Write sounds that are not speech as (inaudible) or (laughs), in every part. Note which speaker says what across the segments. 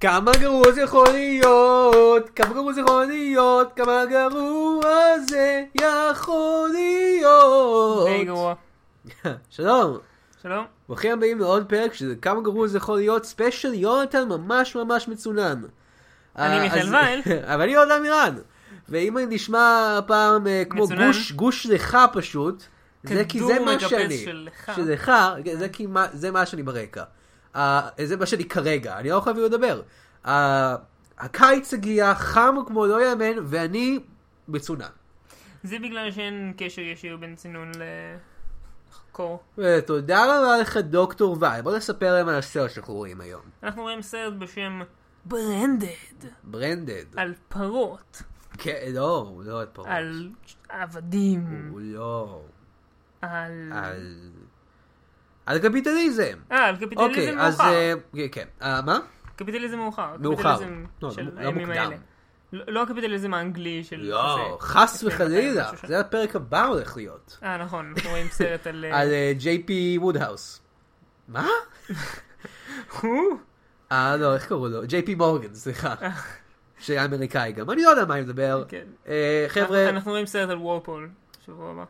Speaker 1: כמה גרוע זה יכול להיות, כמה גרוע זה יכול להיות, כמה גרוע זה יכול
Speaker 2: די
Speaker 1: להיות.
Speaker 2: גרוע.
Speaker 1: שלום,
Speaker 2: שלום.
Speaker 1: ברוכים הבאים לעוד פרק שזה כמה גרוע זה יכול להיות, ספיישל יונתן ממש ממש מצונן.
Speaker 2: אני
Speaker 1: אה,
Speaker 2: מיכאל
Speaker 1: אז-
Speaker 2: וייל.
Speaker 1: (laughs) אבל אני יונתן מירן. ואם אני נשמע הפעם אה, כמו
Speaker 2: מצונן.
Speaker 1: גוש, גוש לך פשוט, זה כי זה
Speaker 2: כדור
Speaker 1: מה
Speaker 2: מגפס
Speaker 1: שאני.
Speaker 2: של לך.
Speaker 1: שזה לך, זה כי מה- זה מה שאני ברקע. אה, זה מה שאני כרגע, אני לא יכול אפילו לדבר. אה, הקיץ הגיע, חם כמו לא יאמן, ואני מצונן.
Speaker 2: זה בגלל שאין קשר ישיר בין צינון לחקור.
Speaker 1: ותודה רבה לך דוקטור וייל, בוא נספר להם על הסרט שאנחנו רואים היום.
Speaker 2: אנחנו רואים סרט בשם ברנדד,
Speaker 1: ברנדד.
Speaker 2: על פרות,
Speaker 1: כן, לא, הוא לא עוד פרוץ.
Speaker 2: על עבדים,
Speaker 1: הוא לא.
Speaker 2: על...
Speaker 1: על... על קפיטליזם.
Speaker 2: אה, על
Speaker 1: אוקיי,
Speaker 2: קפיטליזם
Speaker 1: אז...
Speaker 2: מאוחר.
Speaker 1: אה, כן, כן. אה, מה?
Speaker 2: קפיטליזם מאוחר.
Speaker 1: מאוחר.
Speaker 2: קפיטליזם
Speaker 1: לא,
Speaker 2: של
Speaker 1: לא
Speaker 2: הימים
Speaker 1: מוקדם.
Speaker 2: האלה. לא לא הקפיטליזם האנגלי של...
Speaker 1: לא,
Speaker 2: כזה.
Speaker 1: חס
Speaker 2: לפני
Speaker 1: וחלילה.
Speaker 2: 200
Speaker 1: זה הפרק הבא הולך להיות.
Speaker 2: אה, נכון, אנחנו רואים סרט על...
Speaker 1: (laughs)
Speaker 2: אה,
Speaker 1: על ג'יי פי וודהאוס. מה?
Speaker 2: הוא?
Speaker 1: אה, לא, איך קראו לו? ג'יי פי מורגן, סליחה. שהיה אמריקאי גם. אני לא יודע מה אני מדבר.
Speaker 2: אה. כן.
Speaker 1: אה, חבר'ה,
Speaker 2: אנחנו- אנחנו רואים סרט על וורפול. שבוע הבא.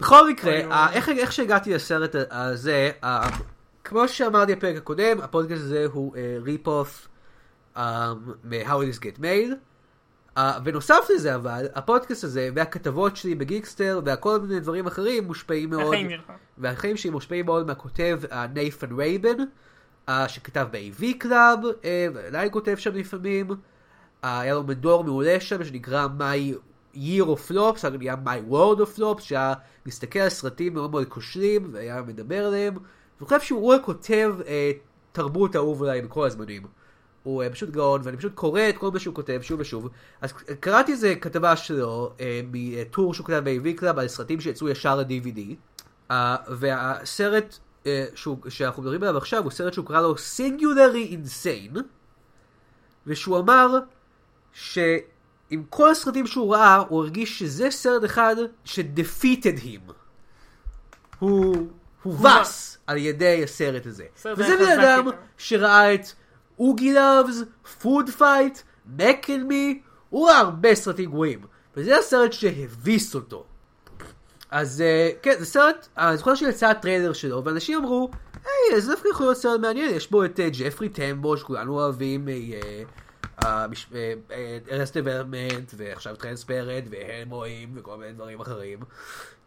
Speaker 1: בכל מקרה,
Speaker 2: אוי, אוי.
Speaker 1: אה, איך- איך שהגעתי לסרט הזה, אה, כמו שאמרתי בפרק הקודם, הפודקאסט הזה הוא ריפ-אוף מ-How This Get Made. אה, בנוסף לזה אבל, הפודקאסט הזה והכתבות שלי בגיקסטר והכל מיני דברים אחרים מושפעים מאוד.
Speaker 2: החיים שלך.
Speaker 1: והחיים שלי מושפעים מאוד מהכותב אה, ניית'ן רייבן, אה, שכתב ב-AV קלאב, אה, ועדיין כותב שם לפעמים. אה, היה לו מדור מעולה שם שנקרא My Year of Flops, אחר כך נהיה My World of Flops, שהיה מסתכל על סרטים מאוד מאוד כושלים, והיה מדבר עליהם. ואני חושב שהוא הכותב אה, תרבות אהוב עליי בכל הזמנים. הוא אה, פשוט גאון, ואני פשוט קורא את כל מה שהוא כותב שוב ושוב. אז קראתי איזה כתבה שלו, אה, מטור שהוא כתב ב-AV קלאב, על סרטים שיצאו ישר ל-DVD. Uh, והסרט uh, שהוא, שאנחנו מדברים עליו עכשיו הוא סרט שהוא קרא לו סינגולרי אינסיין, ושהוא אמר שעם כל הסרטים שהוא ראה, הוא הרגיש שזה סרט אחד שדפיטד him. הוא הובס על ידי הסרט הזה.
Speaker 2: סרט
Speaker 1: וזה
Speaker 2: היה
Speaker 1: בן
Speaker 2: חזק
Speaker 1: אדם
Speaker 2: יותר.
Speaker 1: שראה את אוגי לאבס, פוד פייט, מק אנד מי, הוא ראה הרבה סרטים גרועים. וזה הסרט שהביס אותו. אז אה, כן, זה סרט, אה, אני זוכר שיצא הטריילר שלו, ואנשים אמרו, היי, זה דווקא יכול להיות סרט מעניין, יש בו את אה, ג'פרי טמבו, שכולנו אוהבים, אה, ארס דברמנט, אה, ועכשיו טרנספרנט, והם רואים, וכל מיני דברים אחרים.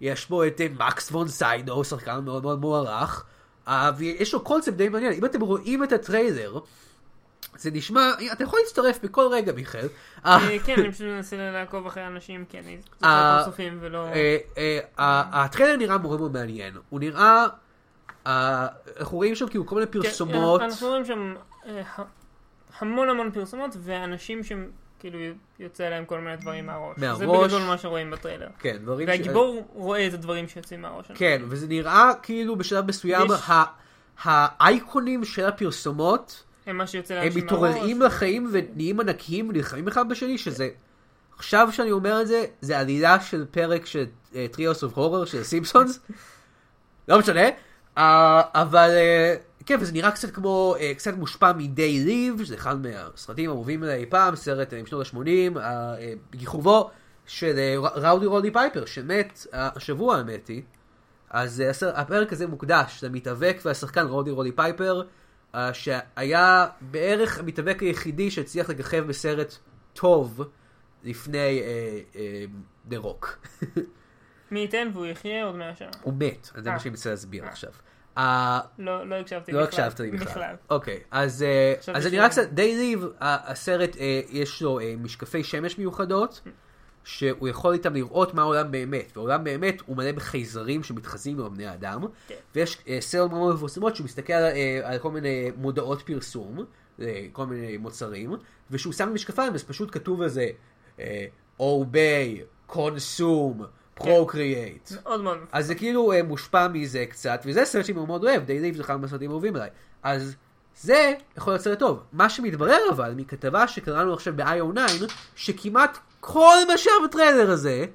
Speaker 1: יש בו את אה, מקס וון סיידו, שחקן מאוד מאוד מוערך, אה, ויש לו קונספט די מעניין, אם אתם רואים את הטריילר, זה נשמע, אתה יכול להצטרף בכל רגע, מיכאל. אה,
Speaker 2: אה, כן, אני פשוט מנסה לעקוב אחרי אנשים, כי אני
Speaker 1: אה,
Speaker 2: זוכר פרצופים ולא...
Speaker 1: אה, אה, ה- הטריילר נראה מאוד מאוד מעניין. הוא נראה... אה, אנחנו רואים שם כאילו כל מיני
Speaker 2: כן,
Speaker 1: פרסומות.
Speaker 2: אה, אנחנו רואים שם אה, ה- המון המון פרסומות, ואנשים שהם כאילו יוצא להם כל מיני דברים מהראש. זה
Speaker 1: מהראש.
Speaker 2: בגדול מה שרואים בטריילר.
Speaker 1: כן, דברים ש-
Speaker 2: והגיבור רואה את הדברים שיוצאים מהראש. שלו.
Speaker 1: כן, וזה נראה כאילו בשלב מסוים
Speaker 2: יש-
Speaker 1: ה- האייקונים של הפרסומות,
Speaker 2: הם מה שיוצא
Speaker 1: הם
Speaker 2: לאנשים מהראש.
Speaker 1: מתעוררים לחיים ונהיים ענקיים ונלחמים אחד בשני, שזה... עכשיו שאני אומר את זה, זה עלילה של פרק של אה, טריאוס אוף הורר של סימפסונס. לא משנה. אה, אבל אה, כן, וזה נראה קצת כמו, אה, קצת מושפע מדיי ליב, שזה אחד מהסרטים האהובים עליי אי פעם, סרט אה, משנות ה-80, בכיכובו של אה, ר- ראודי רודי פייפר, שמת, אה, השבוע האמת היא. אז אה, הסר- הפרק הזה מוקדש למתאבק והשחקן רודי רודי פייפר, אה, שהיה בערך המתאבק היחידי שהצליח לככב בסרט טוב לפני אה, דה רוק.
Speaker 2: מי ייתן והוא יחיה עוד מאה שנה.
Speaker 1: (laughs) הוא מת, אז זה מה
Speaker 2: אה.
Speaker 1: שאני מנסה להסביר
Speaker 2: אה.
Speaker 1: עכשיו. אה,
Speaker 2: לא לא הקשבתי בכלל.
Speaker 1: לא הקשבת לי בכלל.
Speaker 2: בכלל.
Speaker 1: אוקיי, אז אה,
Speaker 2: חשבתי
Speaker 1: אז זה
Speaker 2: ש-
Speaker 1: נראה קצת, די ריב, ה- הסרט אה, יש לו אה, משקפי שמש מיוחדות, שהוא יכול איתם לראות מה העולם באמת, והעולם באמת הוא מלא בחייזרים שמתחזים עם בני האדם,
Speaker 2: כן.
Speaker 1: ויש אה, סרט מאוד מפורסמות שהוא מסתכל על, אה, על כל מיני מודעות פרסום, אה, כל מיני מוצרים, ושהוא שם משקפיים אז פשוט כתוב על זה, אה, obey, consume,
Speaker 2: כן.
Speaker 1: procreate.
Speaker 2: מאוד מאוד. מפחיד.
Speaker 1: אז זה כאילו אה, מושפע מזה קצת, וזה סרט שאני מאוד מאוד אוהב, די ליב זה אחד מהסרטים האהובים עליי. אז זה יכול להיות סרט טוב. מה שמתברר אבל, מכתבה שקראנו עכשיו ב-IO9, שכמעט כל מה שהיה בטריילר הזה,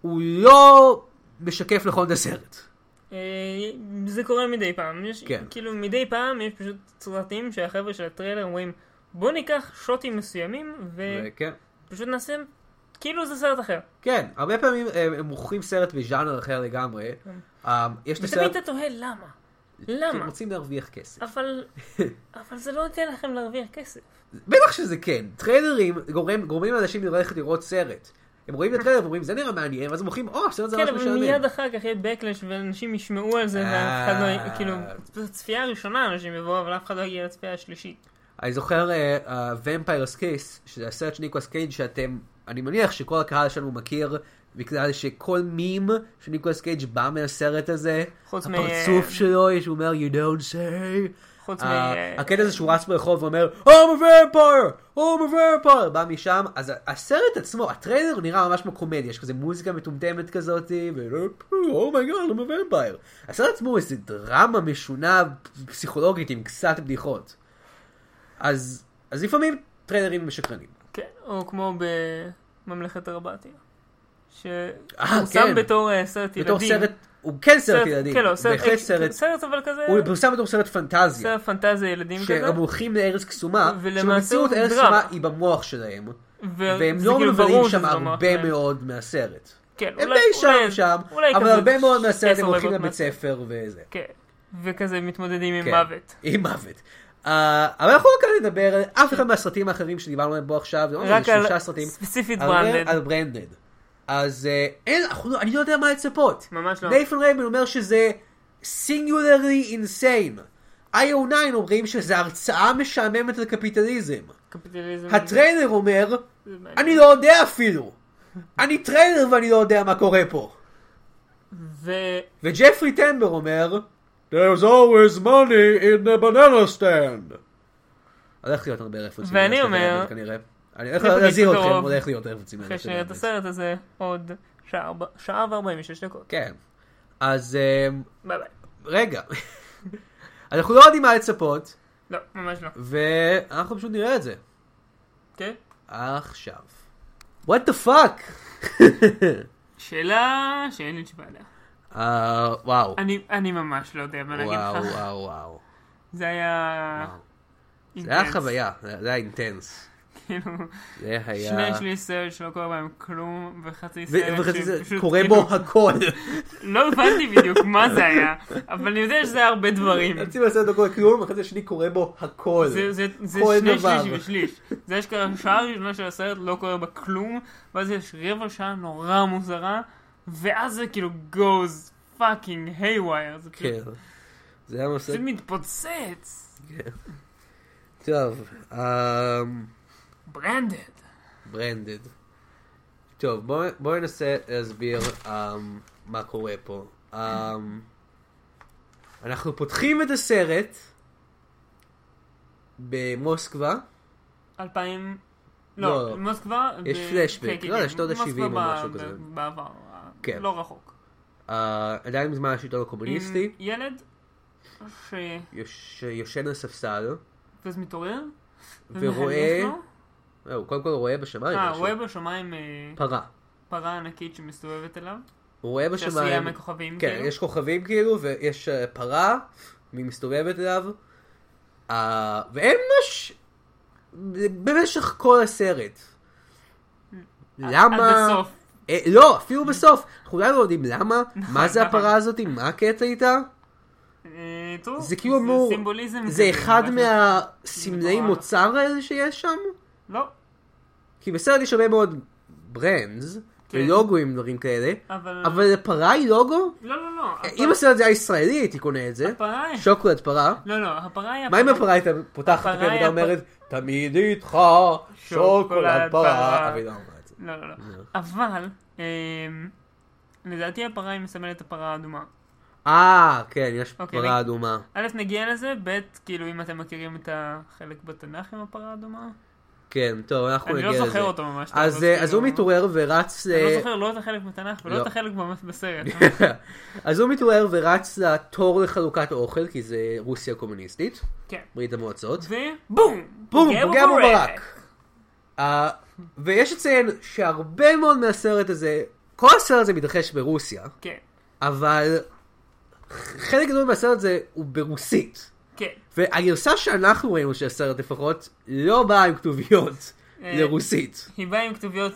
Speaker 1: הוא לא משקף נכון את הסרט.
Speaker 2: אה, זה קורה מדי פעם. יש,
Speaker 1: כן.
Speaker 2: כאילו מדי פעם יש פשוט סרטים שהחבר'ה של הטריילר אומרים בוא ניקח שוטים מסוימים
Speaker 1: וכן.
Speaker 2: ופשוט נעשה כאילו זה סרט אחר.
Speaker 1: כן, הרבה פעמים הם, הם מוכרים סרט בז'אנר אחר לגמרי. אה, יש את הסרט,
Speaker 2: ותמיד אתה תוהה למה.
Speaker 1: כי הם
Speaker 2: למה?
Speaker 1: רוצים להרוויח כסף. (laughs)
Speaker 2: אבל אבל זה לא נותן לכם להרוויח כסף.
Speaker 1: בטח שזה כן, טריילרים גורם, גורמים לאנשים ללכת לראות סרט. הם רואים את הטריילר ואומרים זה נראה מעניין, ואז הם אומרים, או, הסרט זה
Speaker 2: כן,
Speaker 1: ממש
Speaker 2: אבל
Speaker 1: משעמם.
Speaker 2: מיד אחר כך יהיה backlash ואנשים ישמעו על זה ואף אחד לא...
Speaker 1: אה.
Speaker 2: י- כאילו, בצפייה הראשונה אנשים יבואו, אבל אף אחד לא יגיע לצפייה השלישית.
Speaker 1: אני זוכר ומפיירס קייס, שזה הסרט של ניקולס קייג' שאתם, אני מניח שכל הקהל שלנו מכיר, בגלל שכל מים של ניקולס קייג' בא מהסרט הזה,
Speaker 2: חוץ מ-
Speaker 1: הפרצוף שלו, שהוא אומר, you don't say.
Speaker 2: חוץ מ...
Speaker 1: ה- הקטע הזה שהוא רץ ברחוב ואומר, I'm a vampire! I'm a vampire! בא משם, אז ה- הסרט עצמו, הטריילר נראה ממש כמו קומדיה, יש כזה מוזיקה מטומטמת כזאת, ואומייגאד, I'm a vampire. הסרט עצמו הוא איזה דרמה משונה פסיכולוגית עם קצת בדיחות. אז, אז לפעמים טריילרים הם שקרנים.
Speaker 2: כן, או כמו בממלכת הרבטיה.
Speaker 1: אה,
Speaker 2: שפורסם
Speaker 1: כן.
Speaker 2: בתור אה, סרט ילדים.
Speaker 1: בתור סרט, הוא כן סרט ילדים,
Speaker 2: כן, לא, סרט-
Speaker 1: בהחלט סרט,
Speaker 2: סרט אבל כזה...
Speaker 1: הוא פורסם בתור סרט פנטזיה,
Speaker 2: סרט פנטזיה ילדים כזה.
Speaker 1: שהם הולכים לארץ קסומה,
Speaker 2: ולמעשה
Speaker 1: שבמציאות
Speaker 2: הוא
Speaker 1: ארץ
Speaker 2: דרמה.
Speaker 1: קסומה היא במוח שלהם.
Speaker 2: ו-
Speaker 1: והם
Speaker 2: זה
Speaker 1: לא
Speaker 2: כאילו
Speaker 1: מבלים
Speaker 2: ברור
Speaker 1: שם
Speaker 2: שזה לא
Speaker 1: הרבה
Speaker 2: מוח.
Speaker 1: מאוד מהסרט.
Speaker 2: כן,
Speaker 1: הם
Speaker 2: אולי-
Speaker 1: די שם
Speaker 2: אולי-
Speaker 1: שם,
Speaker 2: אולי
Speaker 1: אבל
Speaker 2: כזה כן,
Speaker 1: הרבה מאוד מהסרט
Speaker 2: עשר
Speaker 1: הם הולכים
Speaker 2: רבעיות
Speaker 1: לבית ספר וזה.
Speaker 2: כן, וכזה מתמודדים עם
Speaker 1: כן.
Speaker 2: מוות.
Speaker 1: עם מוות. אה, אבל אנחנו לא כאן נדבר על אף אחד מהסרטים האחרים שדיברנו עליהם פה עכשיו, לא, זה ממש
Speaker 2: רק על
Speaker 1: שלושה סרטים.
Speaker 2: ספציפית
Speaker 1: הרבה
Speaker 2: ברנדד.
Speaker 1: על ברנדד. אז אה, אין, אנחנו לא- אני לא יודע מה לצפות.
Speaker 2: ממש לא.
Speaker 1: נייפן ריימן אומר שזה סינגולרי אינסיין. IO9 אומרים שזה הרצאה משעממת לקפיטליזם.
Speaker 2: קפיטליזם.
Speaker 1: הטריילר אומר,
Speaker 2: זה מעניין.
Speaker 1: אני לא יודע אפילו. אני טריילר ואני לא יודע מה קורה פה.
Speaker 2: ו-
Speaker 1: וג'פרי טמבר אומר, There's always money in the banana stand. הולך להיות הרבה רפרנסים.
Speaker 2: ואני
Speaker 1: מהסרט
Speaker 2: אומר-
Speaker 1: הזה, כנראה. אני הולך
Speaker 2: ניפגש
Speaker 1: להזהיר אתכם,
Speaker 2: בקרוב.
Speaker 1: הולך להיות רפרנסים.
Speaker 2: אחרי
Speaker 1: מהסרט
Speaker 2: שנראה את
Speaker 1: הזה.
Speaker 2: הסרט הזה עוד שעה ארבע- שעה ו-46 דקות.
Speaker 1: כן. אז אמ,
Speaker 2: ביי ביי.
Speaker 1: רגע. (laughs) אנחנו לא יודעים מה לצפות,
Speaker 2: לא, ממש לא.
Speaker 1: ואנחנו פשוט נראה את זה.
Speaker 2: כן?
Speaker 1: עכשיו. What the fuck? (laughs)
Speaker 2: שאלה שאין לי תשובה עליה.
Speaker 1: אה, וואו.
Speaker 2: אני- אני ממש לא יודע מה להגיד
Speaker 1: וואו,
Speaker 2: לך.
Speaker 1: וואו, וואו.
Speaker 2: זה היה...
Speaker 1: וואו. זה
Speaker 2: אינטנס.
Speaker 1: היה חוויה, זה היה אינטנס.
Speaker 2: כאילו,
Speaker 1: זה היה...
Speaker 2: שני שליש סרט שלא קורה בהם כלום, וחצי
Speaker 1: ו-
Speaker 2: סרט
Speaker 1: וחצי זה
Speaker 2: שפשוט
Speaker 1: קורה
Speaker 2: כאילו-
Speaker 1: בו הכל.
Speaker 2: לא הבנתי בדיוק מה זה היה, אבל אני יודע שזה היה הרבה דברים.
Speaker 1: חצי מהסרט לא קורה כלום, החצי השני קורה בו הכל.
Speaker 2: זה, זה, זה
Speaker 1: כל
Speaker 2: שני
Speaker 1: דבר.
Speaker 2: שליש ושליש. זה אשכרה שעה ראשונה של הסרט לא קורה בה כלום, ואז יש רבע שעה נורא מוזרה, ואז זה כאילו goes fucking haywire. זה כאילו,
Speaker 1: כן. זה היה ממש...
Speaker 2: זה מתפוצץ.
Speaker 1: טוב, אמ,
Speaker 2: ברנדד.
Speaker 1: ברנדד. טוב, בואו בוא ננסה להסביר אמ, מה קורה פה. אמ, אנחנו פותחים את הסרט במוסקבה.
Speaker 2: 2000...
Speaker 1: לא.
Speaker 2: לא, מוסקבה...
Speaker 1: יש
Speaker 2: ב-
Speaker 1: flashback,
Speaker 2: כן, כן,
Speaker 1: לא,
Speaker 2: כן,
Speaker 1: יש שנות
Speaker 2: מוסקבה
Speaker 1: ה-70 או
Speaker 2: ב-
Speaker 1: משהו
Speaker 2: ב-
Speaker 1: כזה.
Speaker 2: בעבר,
Speaker 1: כן.
Speaker 2: לא רחוק.
Speaker 1: אה, עדיין בזמן השלטון
Speaker 2: עם
Speaker 1: הקומוניסטי.
Speaker 2: אמ, ילד ש...
Speaker 1: יוש- יושן על ספסל,
Speaker 2: ואז מתעורר.
Speaker 1: ורואה...
Speaker 2: ומחייך לו.
Speaker 1: לא, הוא קודם כל רואה בשמיים.
Speaker 2: אה,
Speaker 1: משהו.
Speaker 2: רואה בשמיים אה,
Speaker 1: פרה.
Speaker 2: פרה ענקית שמסתובבת אליו.
Speaker 1: הוא רואה
Speaker 2: שעשויה
Speaker 1: בשמיים,
Speaker 2: מכוכבים,
Speaker 1: כן,
Speaker 2: כאילו.
Speaker 1: יש כוכבים כאילו, ויש אה, פרה, והיא מסתובבת אליו, אה, ואין מש... במשך כל הסרט. למה...
Speaker 2: אה, עד הסוף.
Speaker 1: אה, לא, אפילו בסוף. אנחנו אולי לא יודעים
Speaker 2: (laughs)
Speaker 1: למה, מה זה
Speaker 2: נכון.
Speaker 1: הפרה הזאת, מה הקטע איתה.
Speaker 2: אה, טוב,
Speaker 1: זה כאילו אמור...
Speaker 2: סימבוליזם.
Speaker 1: זה
Speaker 2: כזה, נכון.
Speaker 1: אחד
Speaker 2: משהו.
Speaker 1: מהסמלי
Speaker 2: מטורף.
Speaker 1: מוצר האלה שיש שם?
Speaker 2: לא,
Speaker 1: כי בסרט יש הרבה מאוד ברנדס,
Speaker 2: כן.
Speaker 1: ולוגוים, דברים כאלה,
Speaker 2: אבל...
Speaker 1: אבל הפרה היא לוגו?
Speaker 2: לא, לא, לא. הפרה-
Speaker 1: אם הסרט זה היה ישראלי הייתי קונה את זה,
Speaker 2: הפרה היא...
Speaker 1: שוקולד פרה.
Speaker 2: לא, לא, הפרה היא...
Speaker 1: מה אם הפרה הייתה פותחת את
Speaker 2: הפרה
Speaker 1: הפה והייתה
Speaker 2: היא
Speaker 1: אומרת, תמיד איתך שוקולד
Speaker 2: שוקולד
Speaker 1: פרה,
Speaker 2: פרה.
Speaker 1: אבל היא לא אמרה את זה.
Speaker 2: לא, לא, לא. אבל... אמ, לדעתי הפרה היא מסמלת את הפרה האדומה.
Speaker 1: אה, כן, יש
Speaker 2: אוקיי,
Speaker 1: פרה
Speaker 2: נגיד.
Speaker 1: אדומה.
Speaker 2: א', נגיע לזה, ב', כאילו אם אתם מכירים את החלק בתנ"ך עם הפרה האדומה.
Speaker 1: כן, טוב, אנחנו
Speaker 2: אני
Speaker 1: נגיע
Speaker 2: לא
Speaker 1: לזה.
Speaker 2: זוכר אותו ממש.
Speaker 1: אז,
Speaker 2: אבל
Speaker 1: אה, אז
Speaker 2: כאילו-
Speaker 1: הוא מתעורר ורץ...
Speaker 2: אני
Speaker 1: אה,
Speaker 2: לא זוכר לא את החלק בתנ"ך ולא
Speaker 1: לא.
Speaker 2: את החלק ממש בסרט.
Speaker 1: (laughs) אז הוא מתעורר ורץ לתור לחלוקת אוכל, כי זה רוסיה קומוניסטית,
Speaker 2: כן.
Speaker 1: ברית המועצות.
Speaker 2: ובום!
Speaker 1: בום, פוגע בו ברק. אה, ויש לציין שהרבה מאוד מהסרט הזה, כל הסרט הזה מתרחש ברוסיה,
Speaker 2: כן.
Speaker 1: אבל חלק גדול מהסרט זה הוא ברוסית.
Speaker 2: כן.
Speaker 1: והגרסה שאנחנו ראינו של הסרט לפחות, לא באה עם כתוביות
Speaker 2: אה,
Speaker 1: לרוסית.
Speaker 2: היא באה עם כתוביות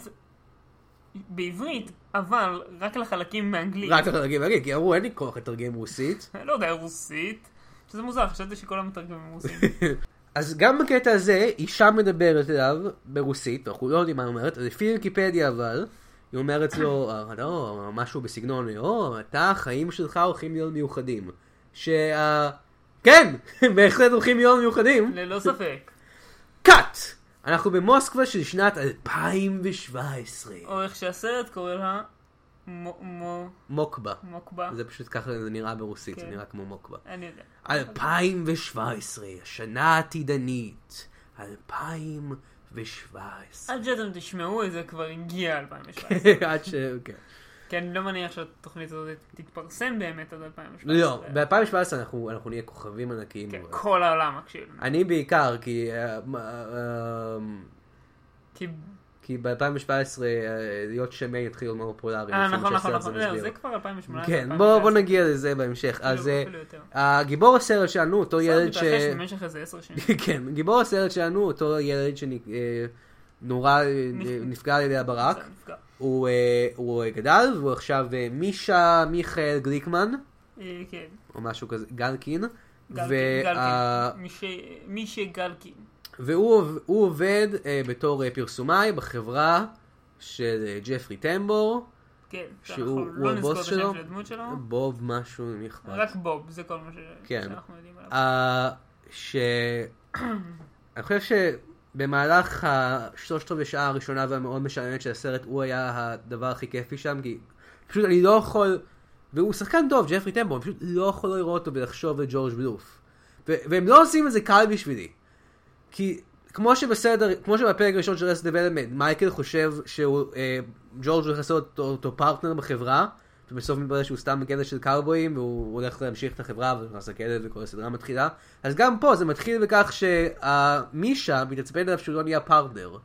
Speaker 2: בעברית, אבל רק לחלקים באנגלית.
Speaker 1: רק לתרגם באנגלית, כי אמרו אין לי כוח לתרגם רוסית.
Speaker 2: אני לא יודע, רוסית. שזה מוזר, חשבתי שכל המתרגמים
Speaker 1: (laughs)
Speaker 2: רוסים.
Speaker 1: אז גם בקטע הזה, אישה מדברת אליו ברוסית, אנחנו לא יודעים מה היא אומרת, לפי ויקיפדיה אבל, היא אומרת לו, אה, לא, משהו בסגנון, או, אתה, החיים שלך הולכים להיות מיוחדים. שה... כן, (laughs) הם בהחלט הולכים להיות מיוחדים.
Speaker 2: ללא ספק.
Speaker 1: קאט! אנחנו במוסקבה של שנת 2017.
Speaker 2: או איך שהסרט קורא לה מו- מו-
Speaker 1: מוקבה.
Speaker 2: מוקבה.
Speaker 1: זה פשוט ככה זה נראה ברוסית, זה
Speaker 2: כן.
Speaker 1: נראה כמו מוקבה.
Speaker 2: אני יודע.
Speaker 1: 2017, השנה העתידנית. 2017.
Speaker 2: עד שאתם תשמעו את זה כבר הגיע 2017.
Speaker 1: (laughs) עד ש... אוקיי.
Speaker 2: כי אני לא מניח שהתוכנית הזאת תתפרסם באמת עד 2017.
Speaker 1: לא, ב-2017 אנחנו אנחנו נהיה כוכבים ענקיים.
Speaker 2: כן,
Speaker 1: אבל.
Speaker 2: כל העולם מקשיב. לנו.
Speaker 1: אני בעיקר, כי... אה, מה, אה,
Speaker 2: כי... אה,
Speaker 1: כי ב-2017 אה, להיות שמן יתחיל להיות מאוד פופולרי.
Speaker 2: אה,
Speaker 1: לפי מה
Speaker 2: נכון, נכון,
Speaker 1: שהסרט הזה
Speaker 2: נכון. זהו,
Speaker 1: מסביר.
Speaker 2: זה כבר 2018.
Speaker 1: כן, בוא בוא
Speaker 2: 2019.
Speaker 1: נגיע לזה בהמשך. אז
Speaker 2: לא, אפילו-
Speaker 1: אה,
Speaker 2: אפילו יותר.
Speaker 1: הגיבור הסרט שלנו, אותו ילד ש...
Speaker 2: הסרט מתרחש במשך איזה עשר שנים.
Speaker 1: (laughs) כן, גיבור הסרט שלנו, אותו ילד אה, שנורא אה, נפגע על ידי הברק,
Speaker 2: זה נפגע.
Speaker 1: הוא, אה, הוא אה, גדל, והוא עכשיו אה, מישה מיכאל גליקמן,
Speaker 2: אה, כן.
Speaker 1: או משהו כזה, גלקין,
Speaker 2: גלקין,
Speaker 1: וה-
Speaker 2: גלקין. מישה- מישה גלקין.
Speaker 1: והוא עוב- הוא עובד אה, בתור אה, פרסומאי בחברה של אה, ג'פרי טמבור,
Speaker 2: כן.
Speaker 1: שהוא-
Speaker 2: אנחנו
Speaker 1: הוא
Speaker 2: לא נזכור את
Speaker 1: הבוס
Speaker 2: השם
Speaker 1: שלו?
Speaker 2: של הדמות שלו.
Speaker 1: בוב משהו, מי אכפת?
Speaker 2: רק בוב, זה כל מה ש-
Speaker 1: כן.
Speaker 2: שאנחנו יודעים עליו.
Speaker 1: אה, ש... (coughs) אני חושב שבמהלך השלושת רבעי שעה הראשונה והמאוד משעממת של הסרט, הוא היה הדבר הכי כיפי שם, כי פשוט אני לא יכול... והוא שחקן טוב, ג'פרי טמבו, אני פשוט לא יכול לא לראות אותו ולחשוב על ג'ורג' בלוף. ו- והם לא עושים את זה קל בשבילי. כי כמו שבסדר, כמו שבפרק הראשון של רס דבלמנט, מייקל חושב שהוא, אה, ג'ורג' הולך לעשות אותו, אותו פרטנר בחברה, ובסוף מתברר שהוא סתם בקטע של קאובויים, והוא הולך להמשיך את החברה, והוא נכנס לכלא וכל הסדרה מתחילה. אז גם פה זה מתחיל בכך שמישה מתעצבן עליו שהוא לא נהיה פרטנר.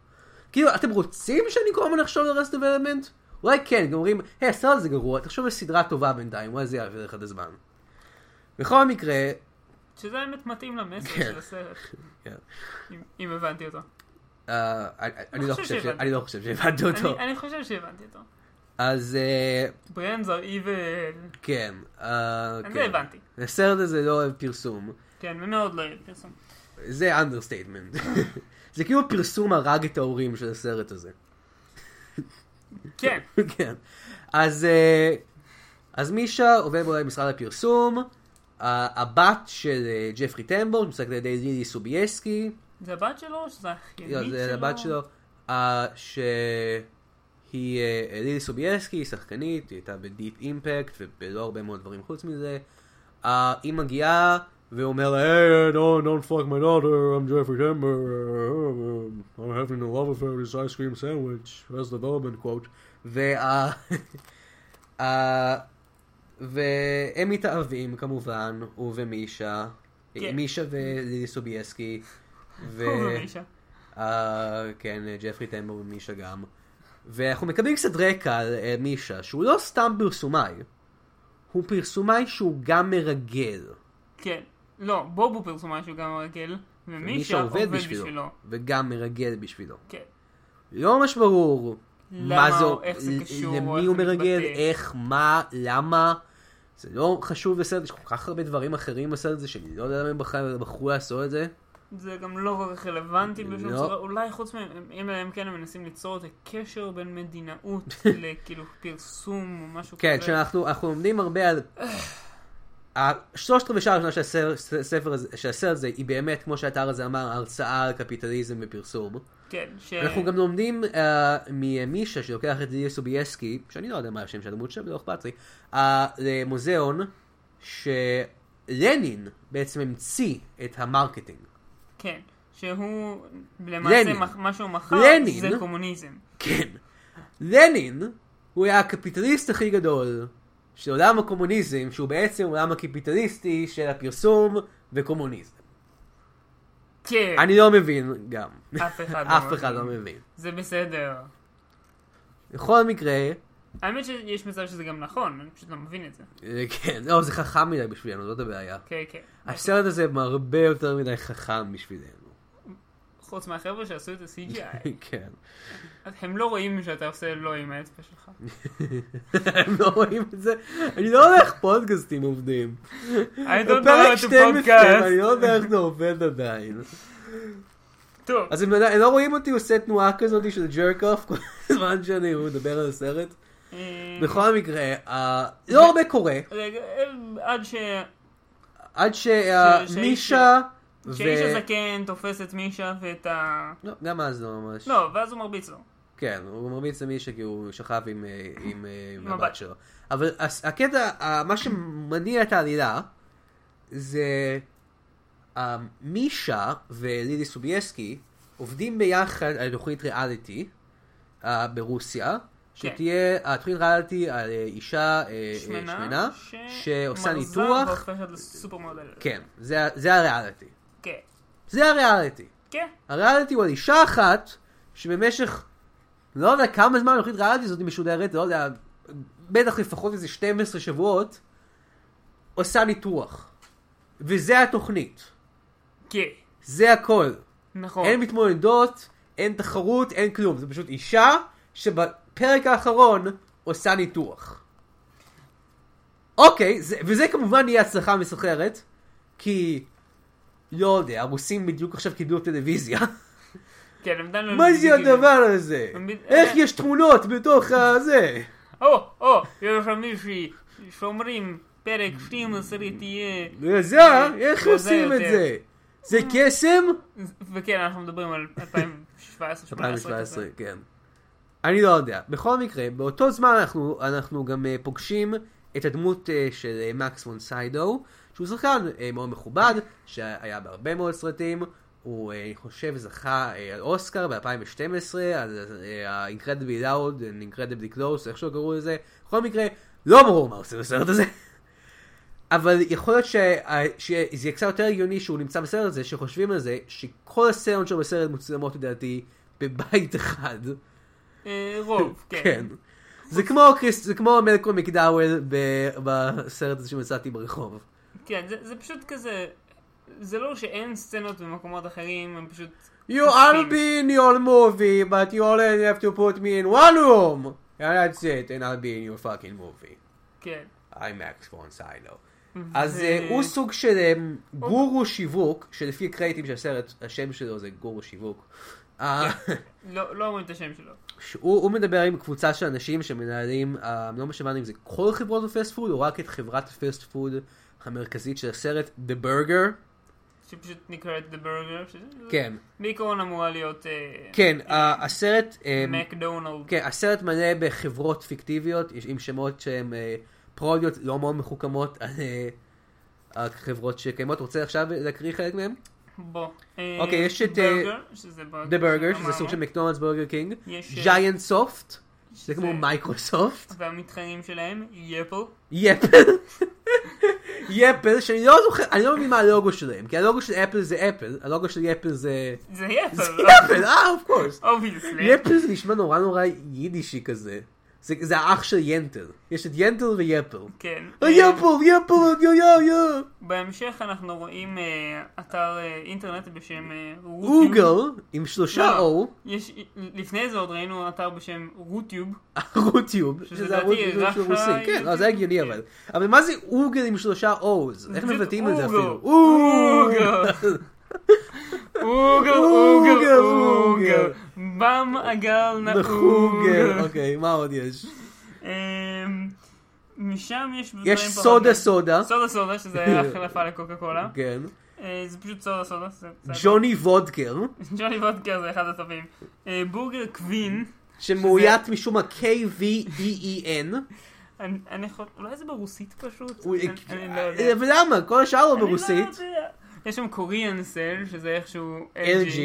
Speaker 1: כאילו, אתם רוצים שאני כל הזמן אחשוב על רס דבלמנט? אולי כן, גם אומרים, היי, הסרט הזה גרוע, תחשוב על סדרה טובה בינתיים, אולי זה יעביר לך את הזמן. בכל מקרה,
Speaker 2: שזה האמת מתאים למסר
Speaker 1: כן.
Speaker 2: של הסרט.
Speaker 1: כן.
Speaker 2: אם- אם הבנתי אותו.
Speaker 1: אה, אני- אני לא
Speaker 2: חושב
Speaker 1: חושב ש-
Speaker 2: שהבנתי.
Speaker 1: אני לא חושב שהבנתי אותו.
Speaker 2: אני- אני חושב שהבנתי אותו.
Speaker 1: אז אה,
Speaker 2: ברנז are evil.
Speaker 1: כן, אה,
Speaker 2: אני לא
Speaker 1: כן.
Speaker 2: הבנתי.
Speaker 1: הסרט הזה לא אוהב פרסום.
Speaker 2: כן, ומאוד לא יהיה פרסום.
Speaker 1: זה אנדרסטייטמנט. (laughs) זה כאילו פרסום הרג את ההורים של הסרט הזה. (laughs)
Speaker 2: כן,
Speaker 1: כן. אז, אה, אז מישה עובד אולי במשרד הפרסום. ה- הבת של אה, ג'פרי טמבור, שמשחקת על ידי לילי סובייסקי,
Speaker 2: זה הבת שלו או שזה האחיינית
Speaker 1: לא,
Speaker 2: שלו?
Speaker 1: זה הבת שלו, אה, שהיא אה, לילי סובייסקי, היא שחקנית, היא הייתה בדיפ אימפקט ובלא הרבה מאוד דברים חוץ מזה. אה, היא מגיעה ואומר לה, היי, don't, don't fuck my daughter, I'm Jeffrey Timber, I'm having a love affair with this ice cream sandwich, that's development quote. uh, וה... (laughs) אה, והם מתאהבים כמובן, הוא ומישה,
Speaker 2: כן.
Speaker 1: מישה ולילי סובייסקי. ו-
Speaker 2: הוא ומישה.
Speaker 1: אה, כן, ג'פרי טמבר ומישה גם. ואנחנו מקבלים קצת רקע על אה, מישה, שהוא לא סתם פרסומאי, הוא פרסומאי שהוא גם מרגל.
Speaker 2: כן. לא, בוב הוא פרסומאי שהוא גם מרגל, ומישה עובד בשבילו.
Speaker 1: וגם מרגל בשבילו.
Speaker 2: כן.
Speaker 1: לא ממש ברור
Speaker 2: למה,
Speaker 1: מה זה,
Speaker 2: או איך זה
Speaker 1: ל-
Speaker 2: קשור, או
Speaker 1: למי
Speaker 2: איך
Speaker 1: הוא
Speaker 2: זה
Speaker 1: מרגל,
Speaker 2: מתבטא.
Speaker 1: איך, מה, למה. זה לא חשוב בסרט, יש כל כך הרבה דברים אחרים בסרט הזה, שאני לא יודע למה הם בחרו- בחרו לעשות את זה.
Speaker 2: זה גם לא כל כך רלוונטי בשום
Speaker 1: לא.
Speaker 2: צורה, אולי חוץ מהם, אם הם כן הם מנסים ליצור את הקשר בין
Speaker 1: (laughs)
Speaker 2: מדינאות לכאילו פרסום או משהו
Speaker 1: כן,
Speaker 2: כזה.
Speaker 1: כשאנחנו אנחנו לומדים הרבה על... השלושת רבעי שעה הראשונה של הסר- ספר הזה- של הסרט הזה, היא באמת, כמו שהאתר הזה אמר, הרצאה על קפיטליזם ופרסום.
Speaker 2: כן, ש...
Speaker 1: אנחנו גם לומדים אה, ממישה שלוקח את לילי סובייסקי, שאני לא יודע מה השם של הדמות שם, לא אכפת לי, אה, למוזיאון, שלנין בעצם המציא את המרקטינג.
Speaker 2: כן, שהוא למעשה
Speaker 1: לנין.
Speaker 2: מח- מה שהוא מכר
Speaker 1: לנין.
Speaker 2: זה קומוניזם.
Speaker 1: כן. לנין הוא היה הקפיטליסט הכי גדול של עולם הקומוניזם, שהוא בעצם עולם הקפיטליסטי של הפרסום וקומוניזם.
Speaker 2: כן,
Speaker 1: אני לא מבין
Speaker 2: (laughs)
Speaker 1: גם.
Speaker 2: אף אחד לא
Speaker 1: אף אחד לא
Speaker 2: מבין.
Speaker 1: מבין.
Speaker 2: זה בסדר.
Speaker 1: בכל מקרה,
Speaker 2: האמת שיש מצב שזה גם נכון, אני פשוט לא מבין את זה.
Speaker 1: אה, כן, לא, זה חכם מדי בשבילנו, זאת הבעיה.
Speaker 2: כן, כן.
Speaker 1: הסרט הזה הם הרבה יותר מדי חכם
Speaker 2: (laughs)
Speaker 1: בשבילנו.
Speaker 2: חוץ מהחבר'ה שעשו את ה-CGI.
Speaker 1: כן.
Speaker 2: הם לא רואים שאתה עושה לא עם האצבע
Speaker 1: (laughs)
Speaker 2: שלך.
Speaker 1: הם לא רואים את זה? אני לא יודע איך פודקאסטים עובדים.
Speaker 2: I don't know
Speaker 1: בפרק
Speaker 2: how to
Speaker 1: 12, אני
Speaker 2: podcast.
Speaker 1: לא יודע איך זה עובד עדיין.
Speaker 2: טוב,
Speaker 1: אז הם עדיין- הם לא רואים אותי עושה תנועה כזאת של ג'רק אוף כל הזמן שאני מדבר על הסרט.
Speaker 2: אה,
Speaker 1: בכל מקרה, אה, לא הרבה קורה,
Speaker 2: רגע, אה, עד ש...
Speaker 1: עד
Speaker 2: ש-
Speaker 1: שמישה ו...
Speaker 2: כשהאיש הזקן תופס את מישה ואת ה...
Speaker 1: לא, גם אז לא ממש.
Speaker 2: לא, ואז הוא מרביץ לו.
Speaker 1: כן, הוא מרביץ למישה כי הוא שכב עם, אה, עם, אה, עם
Speaker 2: הבת.
Speaker 1: הבת שלו. אבל הס- הקטע, ה- מה שמניע את העלילה, זה אה, מישה ולילי סובייסקי עובדים ביחד על תוכנית ריאליטי אה, ברוסיה. שתהיה אה, תוכנית ריאליטי על אה, אישה אה, אה, שמנה,
Speaker 2: שמנה,
Speaker 1: שעושה
Speaker 2: שמרזה
Speaker 1: ניתוח.
Speaker 2: והופכת לסופר מודל.
Speaker 1: כן, זה ה- זה הריאליטי.
Speaker 2: כן.
Speaker 1: זה הריאליטי.
Speaker 2: כן.
Speaker 1: הריאליטי הוא על אישה אחת שבמשך לא יודע כמה זמן הולכת ריאליטי הזאת משודרת, לא יודע, בטח לפחות איזה 12 שבועות, עושה ניתוח. וזה התוכנית.
Speaker 2: כן.
Speaker 1: זה הכל.
Speaker 2: נכון.
Speaker 1: אין מתמודדות, אין תחרות, אין כלום. זה פשוט אישה שבפרק האחרון עושה ניתוח. אוקיי, זה, וזה כמובן יהיה הצלחה מסחררת, כי לא יודע, הרוסים בדיוק עכשיו קיבלו טלוויזיה. (laughs)
Speaker 2: כן, הם עדיין לא...
Speaker 1: מה זה הדבר הזה?
Speaker 2: הם בד-
Speaker 1: איך יש תמונות בתוך הזה?
Speaker 2: אה, או, או, יש שם מישהי שאומרים, פרק 12 תהיה...
Speaker 1: וזה, איך
Speaker 2: אה, זה
Speaker 1: עושים את
Speaker 2: יותר. אה,
Speaker 1: זה? זה קסם?
Speaker 2: וכן, אנחנו מדברים על 2017,
Speaker 1: 2017, כן. אני לא יודע. בכל מקרה, באותו זמן אנחנו, אנחנו גם אה, פוגשים את הדמות אה, של אה, מקס וון סיידו, שהוא שחקן אה, מאוד מכובד, שהיה בהרבה מאוד סרטים. הוא, אה, אני חושב, זכה אה, על אוסקר ב-2012, על אה, ה-Incredibly Loud and Incredibly Close, איך שלא קראו לזה. בכל מקרה, לא ברור מה עושה בסרט הזה. אבל יכול להיות ש... שזה יהיה קצת יותר הגיוני שהוא נמצא בסרט הזה, שחושבים על זה, שכל הסצנות שלו בסרט מצולמות לדעתי בבית אחד.
Speaker 2: אה, רוב, כן.
Speaker 1: כן. זה כמו, קריס... זה כמו מלקו מקדאוול ב... בסרט הזה שמצאתי ברחוב.
Speaker 2: כן, זה- זה פשוט כזה... זה לא שאין סצנות במקומות אחרים, הם פשוט...
Speaker 1: You all be in your movie, but you only have to put me in one room. And that's it, and I'll be in your fucking movie.
Speaker 2: כן.
Speaker 1: I'm Max von Silo. אז אה, הוא סוג של אה, גורו שיווק, שלפי הקרדיטים של הסרט, השם שלו זה גורו שיווק. אה,
Speaker 2: לא לא אומרים את השם שלו.
Speaker 1: שהוא (laughs) הוא מדבר עם קבוצה של אנשים שמנהלים, אה, לא משנה אם זה כל חברות הפסט פוד או רק את חברת הפסט פוד המרכזית של הסרט, The Burger.
Speaker 2: שפשוט נקראת The Burger. שזה-
Speaker 1: כן,
Speaker 2: בעיקרון אמורה להיות... אה,
Speaker 1: כן, אה, הסרט, אה,
Speaker 2: מקדונלד.
Speaker 1: כן, הסרט מלא בחברות פיקטיביות יש- עם שמות שהן אה, פרודיות לא מאוד מחוכמות על אה, החברות שקיימות. רוצה עכשיו להקריא חלק מהם?
Speaker 2: בוא. אה,
Speaker 1: אוקיי, יש את, אה,
Speaker 2: Burger, שזה
Speaker 1: The Burger, שזה
Speaker 2: אמרנו,
Speaker 1: סוג של מקדונלדס בורגר קינג,
Speaker 2: לא יש, אה,
Speaker 1: ג'יינט סופט, זה
Speaker 2: שזה-
Speaker 1: כמו מייקרוסופט,
Speaker 2: והמתחרים שלהם, יפל.
Speaker 1: יפל, (laughs) יפל, שאני לא זוכר, אני לא מבין מה הלוגו שלהם, כי הלוגו של אפל זה אפל, הלוגו של יפל זה...
Speaker 2: זה
Speaker 1: זה
Speaker 2: יפל, לא?
Speaker 1: יפל, אה, אוף קורס.
Speaker 2: אובייסלי.
Speaker 1: יפל זה נשמע נורא נורא יידישי כזה. זה זה האח של ינטל. יש את ינטל ויפל.
Speaker 2: כן.
Speaker 1: אה, יפל, יפל, יו יו יו.
Speaker 2: בהמשך אנחנו רואים אה, אתר אה, אינטרנט בשם אה, רוטיוב.
Speaker 1: אוגל, עם שלושה
Speaker 2: לא,
Speaker 1: או,
Speaker 2: יש- לפני זה עוד ראינו אתר בשם רוטיוב.
Speaker 1: רוטיוב, שזה
Speaker 2: לדעתי
Speaker 1: הרוטיוב
Speaker 2: רק
Speaker 1: של רוסים.
Speaker 2: ה-
Speaker 1: כן, לא, זה הגיוני אבל. אבל מה זה אוגל עם שלושה אוז? איך
Speaker 2: פשוט
Speaker 1: מבטאים את זה
Speaker 2: אוגל.
Speaker 1: אפילו?
Speaker 2: אוגל. אוגל,
Speaker 1: אוגל,
Speaker 2: אוגל,
Speaker 1: אוגל.
Speaker 2: אוגל. בם עגל אמ,
Speaker 1: בחוגל,
Speaker 2: נאוגל.
Speaker 1: אוקיי, מה עוד יש?
Speaker 2: אמ, משם יש... דברים
Speaker 1: אוקיי. יש
Speaker 2: פחות
Speaker 1: סודה
Speaker 2: מעניינים.
Speaker 1: סודה,
Speaker 2: סודה סודה, שזה היה החלפה לקוקה קולה.
Speaker 1: כן,
Speaker 2: אה, זה פשוט סודה סודה. זה- זה הכל.
Speaker 1: ג'וני וודקר,
Speaker 2: ג'וני וודקר זה אחד הטובים. אה, בורגר קווין,
Speaker 1: שמאוית משום מה E K-V-E-E-N,
Speaker 2: אני אני חושב, אולי זה ברוסית פשוט?
Speaker 1: הוא- אה,
Speaker 2: אני- אני לא יודע.
Speaker 1: ולמה? כל השאר הוא
Speaker 2: אני לא
Speaker 1: ברוסית,
Speaker 2: יודע. יש שם קוריאן סל, שזה איכשהו
Speaker 1: LG,
Speaker 2: LG.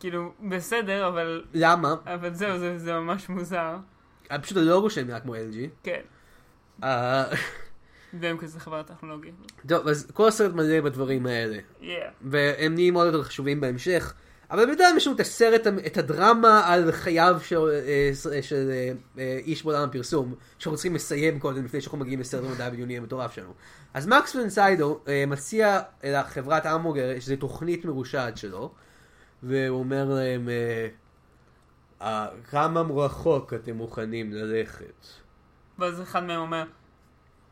Speaker 2: כאילו, בסדר, אבל...
Speaker 1: למה?
Speaker 2: אבל זהו, זה, זה ממש מוזר.
Speaker 1: פשוט הלוגו שלהם נראה כמו LG.
Speaker 2: כן.
Speaker 1: אה, (laughs)
Speaker 2: והם כזה חברה טכנולוגית.
Speaker 1: טוב, אז כל הסרט מלא בדברים האלה,
Speaker 2: Yeah.
Speaker 1: והם נהיים עוד יותר חשובים בהמשך. אבל בינתיים יש לנו את הסרט, את הדרמה על חייו של, אה, של אה, אה, איש בעולם הפרסום, שאנחנו צריכים לסיים קודם לפני שאנחנו מגיעים לסרט המדע הבדיוני המטורף שלנו. אז מקס ונסיידו אה, מציע לחברת המבורגר, שזו תוכנית מרושעת שלו, והוא אומר להם, אה, אה, כמה רחוק אתם מוכנים ללכת?
Speaker 2: ואז אחד מהם אומר,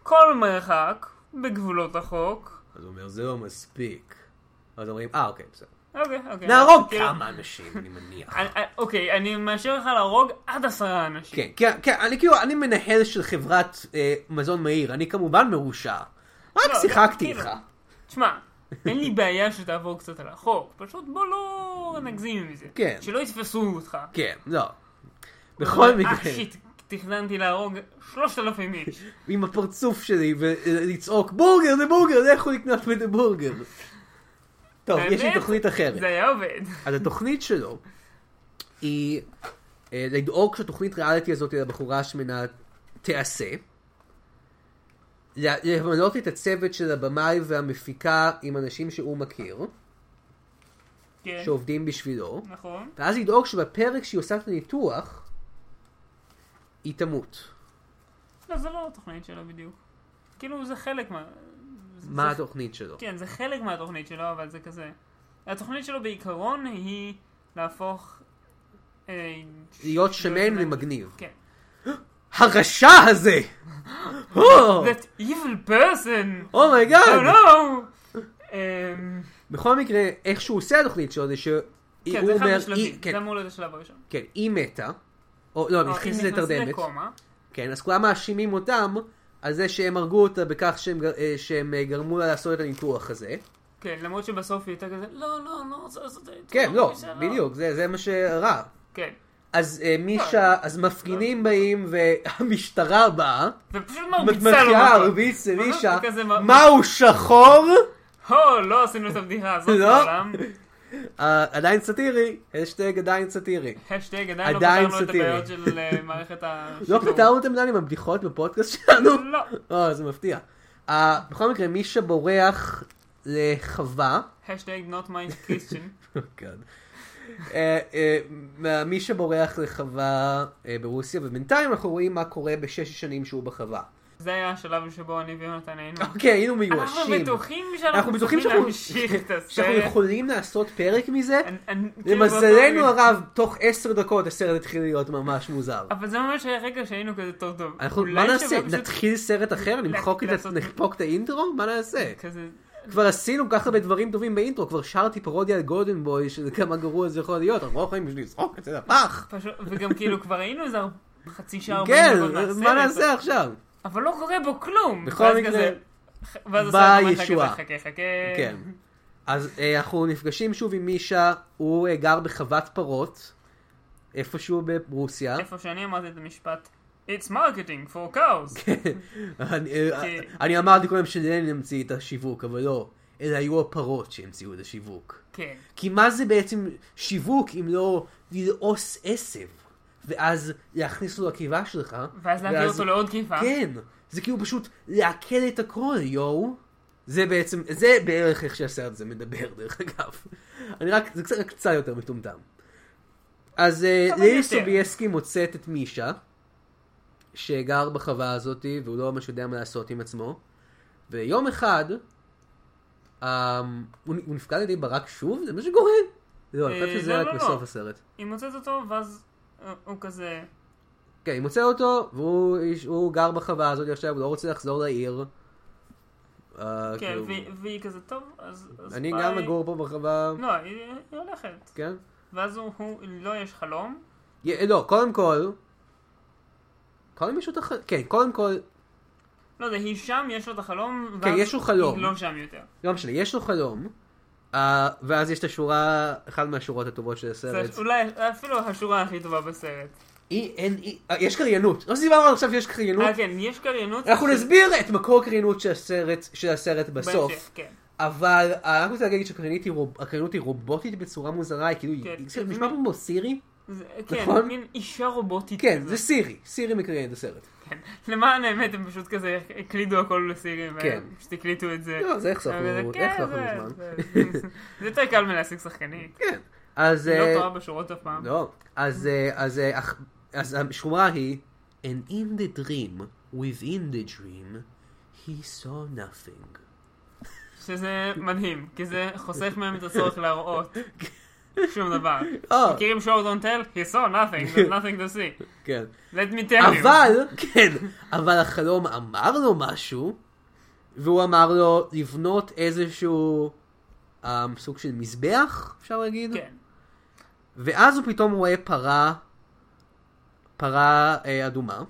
Speaker 2: כל מרחק בגבולות החוק.
Speaker 1: אז הוא אומר, זה לא מספיק. אז אומרים, אה, אוקיי, בסדר.
Speaker 2: אוקיי, אוקיי.
Speaker 1: נהרוג
Speaker 2: כאילו,
Speaker 1: כמה אנשים, אני מניח.
Speaker 2: (laughs) אני- אני- אוקיי, אני מאשר לך להרוג עד עשרה אנשים.
Speaker 1: כן, כן, כן, אני כאילו, אני מנהל של חברת אה, מזון מהיר, אני כמובן מרושע. רק
Speaker 2: לא,
Speaker 1: שיחקתי
Speaker 2: כאילו.
Speaker 1: איתך. כן.
Speaker 2: תשמע, אין לי בעיה שתעבור קצת על החוק, פשוט בוא לא נגזים מזה.
Speaker 1: כן.
Speaker 2: שלא יתפסו אותך.
Speaker 1: כן, לא. בכל
Speaker 2: אה,
Speaker 1: מקרה,
Speaker 2: שיט, תכננתי להרוג 3,000 איש.
Speaker 1: עם הפרצוף שלי, ולצעוק בורגר זה בורגר, לכו לקנות מזה בורגר. טוב, יש לי
Speaker 2: באמת?
Speaker 1: תוכנית אחרת.
Speaker 2: זה היה עובד.
Speaker 1: אז התוכנית שלו היא אה, לדאוג שהתוכנית ריאליטי הזאת לבחורה השמנה תיעשה. ל- למנות את הצוות של הבמאי והמפיקה עם אנשים שהוא מכיר,
Speaker 2: כן,
Speaker 1: שעובדים בשבילו,
Speaker 2: נכון.
Speaker 1: ואז לדאוג שבפרק שהיא עושה את הניתוח, היא תמות.
Speaker 2: לא, זה לא התוכנית שלו בדיוק. כאילו, זה חלק מה... זה-
Speaker 1: מה
Speaker 2: זה-
Speaker 1: התוכנית שלו?
Speaker 2: כן, זה חלק מהתוכנית שלו, אבל זה כזה. התוכנית שלו בעיקרון היא להפוך... אה,
Speaker 1: להיות שמן ומגניב.
Speaker 2: כן.
Speaker 1: הרשע הזה! Oh.
Speaker 2: That evil person!
Speaker 1: אומייגאד!
Speaker 2: Oh no! אמ,
Speaker 1: בכל מקרה, איך שהוא עושה התוכנית שלו זה שהוא
Speaker 2: כן, זה אחד
Speaker 1: אומר,
Speaker 2: השלבים.
Speaker 1: "היא- כן,
Speaker 2: זה אמור להיות השלב הראשון.
Speaker 1: כן, היא מתה, או לא, הם
Speaker 2: לא,
Speaker 1: הכניסו
Speaker 2: הם נכנסים
Speaker 1: לתרדמת,
Speaker 2: לקומה.
Speaker 1: כן, אז כולם מאשימים אותם על זה שהם הרגו אותה בכך שהם, גר- אה, שהם אה, גרמו לה לעשות את הניתוח הזה.
Speaker 2: כן, למרות שבסוף היא הייתה כזה, לא, לא, לא רוצה לעשות את זה.
Speaker 1: כן,
Speaker 2: לא,
Speaker 1: לא,
Speaker 2: בסדר."
Speaker 1: בדיוק, זה זה מה שרע.
Speaker 2: כן.
Speaker 1: אז אה, מישה, אז מפגינים
Speaker 2: אה.
Speaker 1: באים והמשטרה באה,
Speaker 2: ופשוט מרביצה לו. לא
Speaker 1: מתמקה
Speaker 2: מכות.
Speaker 1: הרביץ למישה,
Speaker 2: אה, כזה מ-
Speaker 1: מה הוא שחור?
Speaker 2: הו, לא עשינו את הבדיחה הזאת
Speaker 1: לא.
Speaker 2: בעולם.
Speaker 1: אה, עדיין סאטירי, השטג עדיין סאטירי.
Speaker 2: השטג עדיין לא
Speaker 1: עדיין
Speaker 2: פתרנו את
Speaker 1: סאטירי.
Speaker 2: הבעיות של אה, מערכת
Speaker 1: לא
Speaker 2: השידור.
Speaker 1: פתרנו את המדינה עם הבדיחות בפודקאסט שלנו?
Speaker 2: לא.
Speaker 1: או, זה מפתיע. Uh, בכל מקרה, מי שבורח לחווה,
Speaker 2: השטג not my Christian.
Speaker 1: Oh God. אה, אה, מה- מי שבורח לחווה אה, ברוסיה, ובינתיים אנחנו רואים מה קורה בשש השנים שהוא בחווה.
Speaker 2: זה היה השלב שבו אני ויונתן היינו.
Speaker 1: אוקיי, היינו
Speaker 2: אנחנו
Speaker 1: מיואשים.
Speaker 2: בטוחים
Speaker 1: אנחנו
Speaker 2: שאנחנו
Speaker 1: בטוחים
Speaker 2: צריכים
Speaker 1: שאנחנו-
Speaker 2: להמשיך את
Speaker 1: שאנחנו
Speaker 2: הסרט.
Speaker 1: יכולים לעשות פרק מזה.
Speaker 2: אני- אני- כאילו,
Speaker 1: למזלנו
Speaker 2: באותו-
Speaker 1: הרב, תוך עשר דקות הסרט התחיל להיות ממש מוזר.
Speaker 2: אבל זה ממש היה רגע שהיינו כזה טוב טוב.
Speaker 1: אנחנו,
Speaker 2: אולי
Speaker 1: מה
Speaker 2: שווה
Speaker 1: נעשה?
Speaker 2: פשוט
Speaker 1: נתחיל סרט אחר? נמחוק את ה-
Speaker 2: לעשות- כן.
Speaker 1: נחפוק את האינטרו? מה נעשה?
Speaker 2: כזה...
Speaker 1: כבר עשינו כל כך הרבה דברים טובים באינטרו, כבר שרתי פרודיה על גולדן בוי, שזה כמה גרוע זה יכול להיות, אנחנו לא יכולים בשביל לזרוק את זה לפח.
Speaker 2: פשוט- וגם כאילו כבר היינו איזה ארבע- חצי שעה, ארבעים
Speaker 1: כן,
Speaker 2: דקות מהסרט.
Speaker 1: מה נעשה עכשיו?
Speaker 2: אבל לא קורה בו כלום.
Speaker 1: בכל
Speaker 2: ואז
Speaker 1: מקרה,
Speaker 2: כזה- ואז
Speaker 1: באה
Speaker 2: הסרט אומר לך כזה,
Speaker 1: ישועה.
Speaker 2: חכה חכה.
Speaker 1: כן. אז אה, אנחנו נפגשים שוב עם מישה, הוא אה, גר בחוות פרות, איפשהו ברוסיה.
Speaker 2: איפה שאני אמרתי את המשפט, It's marketing for
Speaker 1: כן.
Speaker 2: cows.
Speaker 1: אני- אה,
Speaker 2: כי-
Speaker 1: אני אמרתי קודם שלנין המציא את השיווק, אבל לא, אלה היו הפרות שהמציאו את השיווק.
Speaker 2: כן.
Speaker 1: כי מה זה בעצם שיווק אם לא ללעוס עשב, ואז להכניס אותו לקיבה שלך,
Speaker 2: ואז להעביר אותו לעוד קיבה.
Speaker 1: כן, זה כאילו פשוט לעכל את הכל, יואו. זה בעצם, זה בערך איך שהסרט הזה מדבר, (laughs) דרך אגב. אני רק, זה קצת, רק קצת יותר מטומטם. אז אה,
Speaker 2: אבל
Speaker 1: לילי
Speaker 2: יותר.
Speaker 1: סובייסקי מוצאת את מישה, שגר בחווה הזאת, והוא לא ממש יודע מה לעשות עם עצמו, ויום אחד, אה, הוא, הוא נפקד על ידי ברק שוב? זה מה שקורה? לא, אני
Speaker 2: אה,
Speaker 1: חושב
Speaker 2: לא,
Speaker 1: שזה רק
Speaker 2: לא, לא.
Speaker 1: בסוף הסרט.
Speaker 2: היא מוצאת אותו, ואז אה, הוא כזה...
Speaker 1: כן, היא מוצא אותו, והוא איש- הוא גר בחווה הזאת עכשיו, הוא לא רוצה לחזור לעיר. אה,
Speaker 2: כן,
Speaker 1: כאילו,
Speaker 2: והיא- והיא כזה, טוב, אז... אז
Speaker 1: אני
Speaker 2: ביי."
Speaker 1: גם אגור פה בחווה,
Speaker 2: לא, היא היא הולכת.
Speaker 1: כן?
Speaker 2: ואז הוא, הוא- לא, יש חלום.
Speaker 1: י- לא, קודם כל... קודם יש אותה ח... כן, קודם כל...
Speaker 2: לא יודע, היא שם, יש לו את החלום,
Speaker 1: כן, יש לו חלום.
Speaker 2: היא לא שם יותר.
Speaker 1: לא משנה, יש לו חלום, אה, ואז יש את השורה, אחת מהשורות הטובות של
Speaker 2: זה לא-
Speaker 1: הסרט.
Speaker 2: אולי אפילו השורה הכי טובה בסרט.
Speaker 1: אי, אין, אי... אה, יש קריינות. לא סיברנו עכשיו שיש
Speaker 2: אה,
Speaker 1: קריינות.
Speaker 2: כן, יש קריינות.
Speaker 1: אנחנו נסביר את מקור הקריינות של הסרט, של הסרט בסוף.
Speaker 2: בהמשך, כן.
Speaker 1: אבל אה, רק רוצה להגיד שהקריינות היא, רוב, הקריינות היא רובוטית בצורה מוזרה, היא כאילו,
Speaker 2: כן.
Speaker 1: היא- זה נשמע כמו סירי?
Speaker 2: זה- כן,
Speaker 1: נכון?
Speaker 2: מין אישה רובוטית.
Speaker 1: כן,
Speaker 2: כזה.
Speaker 1: זה סירי, סירי מקריין את הסרט.
Speaker 2: כן. למען האמת, הם פשוט כזה הקלידו הכל לסירים,
Speaker 1: כן.
Speaker 2: והם פשוט הקליטו את זה.
Speaker 1: לא, זה יחסוך
Speaker 2: אבל זה-
Speaker 1: לנו
Speaker 2: כן,
Speaker 1: יחסוך לנו
Speaker 2: זה-
Speaker 1: זמן.
Speaker 2: זה- זה יותר קל מלהשיג שחקנית.
Speaker 1: כן. אז...
Speaker 2: היא
Speaker 1: אה,
Speaker 2: לא טועה בשורות אף פעם.
Speaker 1: לא. אז, אה, אז, אה, אך- אז השורה היא, And in the dream, within the dream, he saw nothing.
Speaker 2: שזה מדהים, כי זה חושף מהם את הצורך להראות שום דבר.
Speaker 1: אה.
Speaker 2: מכירים short on tell? He saw nothing, there's nothing to see.
Speaker 1: כן.
Speaker 2: Let me tell you.
Speaker 1: אבל, (laughs) כן, אבל החלום אמר לו משהו, והוא אמר לו לבנות איזשהו um, סוג של מזבח, אפשר להגיד.
Speaker 2: כן.
Speaker 1: ואז הוא פתאום רואה פרה, פרה אה, אדומה.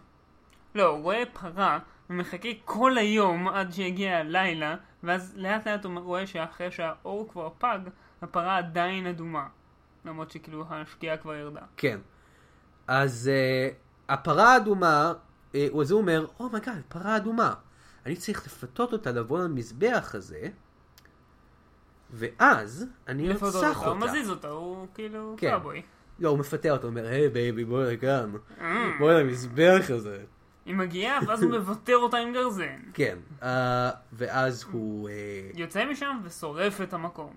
Speaker 2: לא, הוא רואה פרה, ומחכה כל היום עד שיגיע הלילה, ואז לאט לאט הוא רואה שאחרי שהאור כבר פג, הפרה עדיין אדומה. למרות שכאילו השקיעה כבר ירדה.
Speaker 1: כן. אז uh, הפרה האדומה, uh, אז הוא אומר, אומייגאד, oh my God, פרה אדומה. אני צריך לפתות אותה לבוא למזבח הזה, ואז אני
Speaker 2: לפחות
Speaker 1: ארצח
Speaker 2: הוא
Speaker 1: אותה.
Speaker 2: מזיז אותה, הוא כאילו
Speaker 1: כן.
Speaker 2: קאבוי.
Speaker 1: לא, הוא מפתה אותה, הוא אומר, היי בייבי, בואי לכאן. בואי למזבח הזה.
Speaker 2: היא מגיעה, ואז הוא מבטר אותה עם גרזן.
Speaker 1: כן. Uh, ואז הוא... אה,
Speaker 2: יוצא משם ושורף את המקום.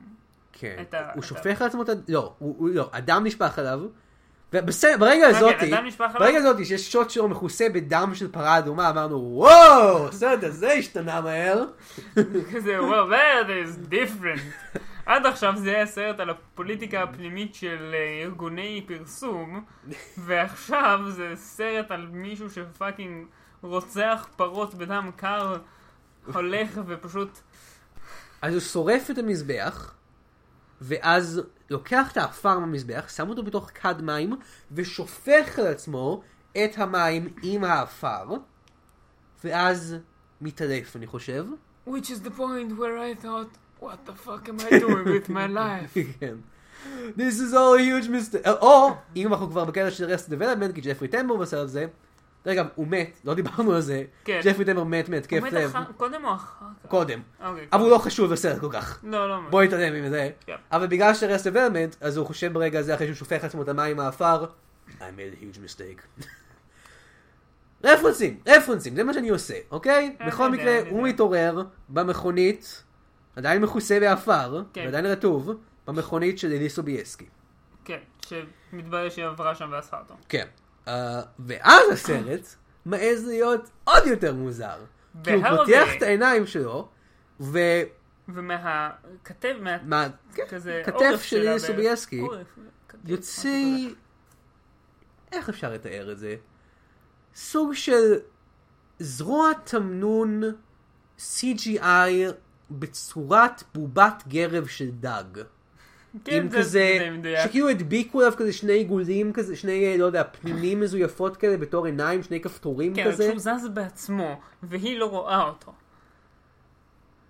Speaker 1: כן.
Speaker 2: את ה-
Speaker 1: הוא
Speaker 2: את ה-
Speaker 1: שופך לעצמו את ה... לא, הוא הוא- לא, הדם נשפך עליו. ובסדר, ברגע הזאתי,
Speaker 2: הדם נשפך עליו?
Speaker 1: ברגע הזאתי שיש שוט שלו מכוסה בדם של פרה אדומה, אמרנו, וואו, בסדר, זה השתנה מהר.
Speaker 2: כזה, well, that is different. עד עכשיו זה היה סרט על הפוליטיקה הפנימית של אה, ארגוני פרסום, ועכשיו זה סרט על מישהו שפאקינג רוצח פרות בדם קר, הולך ופשוט...
Speaker 1: אז הוא שורף את המזבח, ואז לוקח את האפר מהמזבח, שם אותו בתוך כד מים, ושופך על עצמו את המים עם האפר, ואז מתעלף, אני חושב.
Speaker 2: Which is the point where I thought, what the fuck am I doing with my life?
Speaker 1: כן. This is all a huge mistake. או, אם אנחנו כבר בקטע של רסט דבלמנט, כי ג'פרי טמבר בסרט הזה, דרך אגב, הוא מת, לא דיברנו על זה.
Speaker 2: כן.
Speaker 1: ג'פרי טמבר מת מהתקף
Speaker 2: הוא מת
Speaker 1: לב
Speaker 2: אחר- קודם או אחר כך?
Speaker 1: קודם.
Speaker 2: אוקיי,
Speaker 1: אבל הוא לא חשוב בסרט כל כך.
Speaker 2: לא, לא.
Speaker 1: בוא נתעלם מזה.
Speaker 2: כן.
Speaker 1: אבל בגלל שרסט דבלמנט, אז הוא חושב ברגע הזה, אחרי שהוא שופך לעצמו את המים מהעפר, I made a huge mistake. (laughs) רפרנסים, רפרנסים, זה מה שאני עושה, אוקיי?
Speaker 2: אני
Speaker 1: בכל
Speaker 2: יודע,
Speaker 1: מקרה,
Speaker 2: אני
Speaker 1: הוא
Speaker 2: יודע.
Speaker 1: מתעורר במכונית, עדיין מכוסה בעפר,
Speaker 2: כן.
Speaker 1: ועדיין רטוב, במכונית של אלי סובייסקי.
Speaker 2: כן, שמתברר שהיא עברה שם ואספה אותו.
Speaker 1: כן. Uh, ואז
Speaker 2: (laughs)
Speaker 1: הסרט מעז להיות עוד יותר מוזר. כי הוא
Speaker 2: והרבה.
Speaker 1: פותח את העיניים שלו, ומה...
Speaker 2: ומהכתב, מה...
Speaker 1: כן,
Speaker 2: כזה
Speaker 1: כתף
Speaker 2: עורף
Speaker 1: של
Speaker 2: שלה
Speaker 1: אלי
Speaker 2: ב-
Speaker 1: סובייסקי
Speaker 2: עורף, כתף,
Speaker 1: יוצא...
Speaker 2: משהו
Speaker 1: איך אפשר לתאר את זה? סוג של זרוע תמנון CGI בצורת בובת גרב של דג.
Speaker 2: כזה. כן,
Speaker 1: עם
Speaker 2: זה-
Speaker 1: כזה,
Speaker 2: זה מדויק.
Speaker 1: שכאילו הדביקו עליו כזה שני עיגולים כזה, שני, אה, לא יודע, פנינים מזויפות כזה בתור עיניים, שני כפתורים
Speaker 2: כן,
Speaker 1: כזה.
Speaker 2: כשהוא זז בעצמו, והיא לא רואה אותו.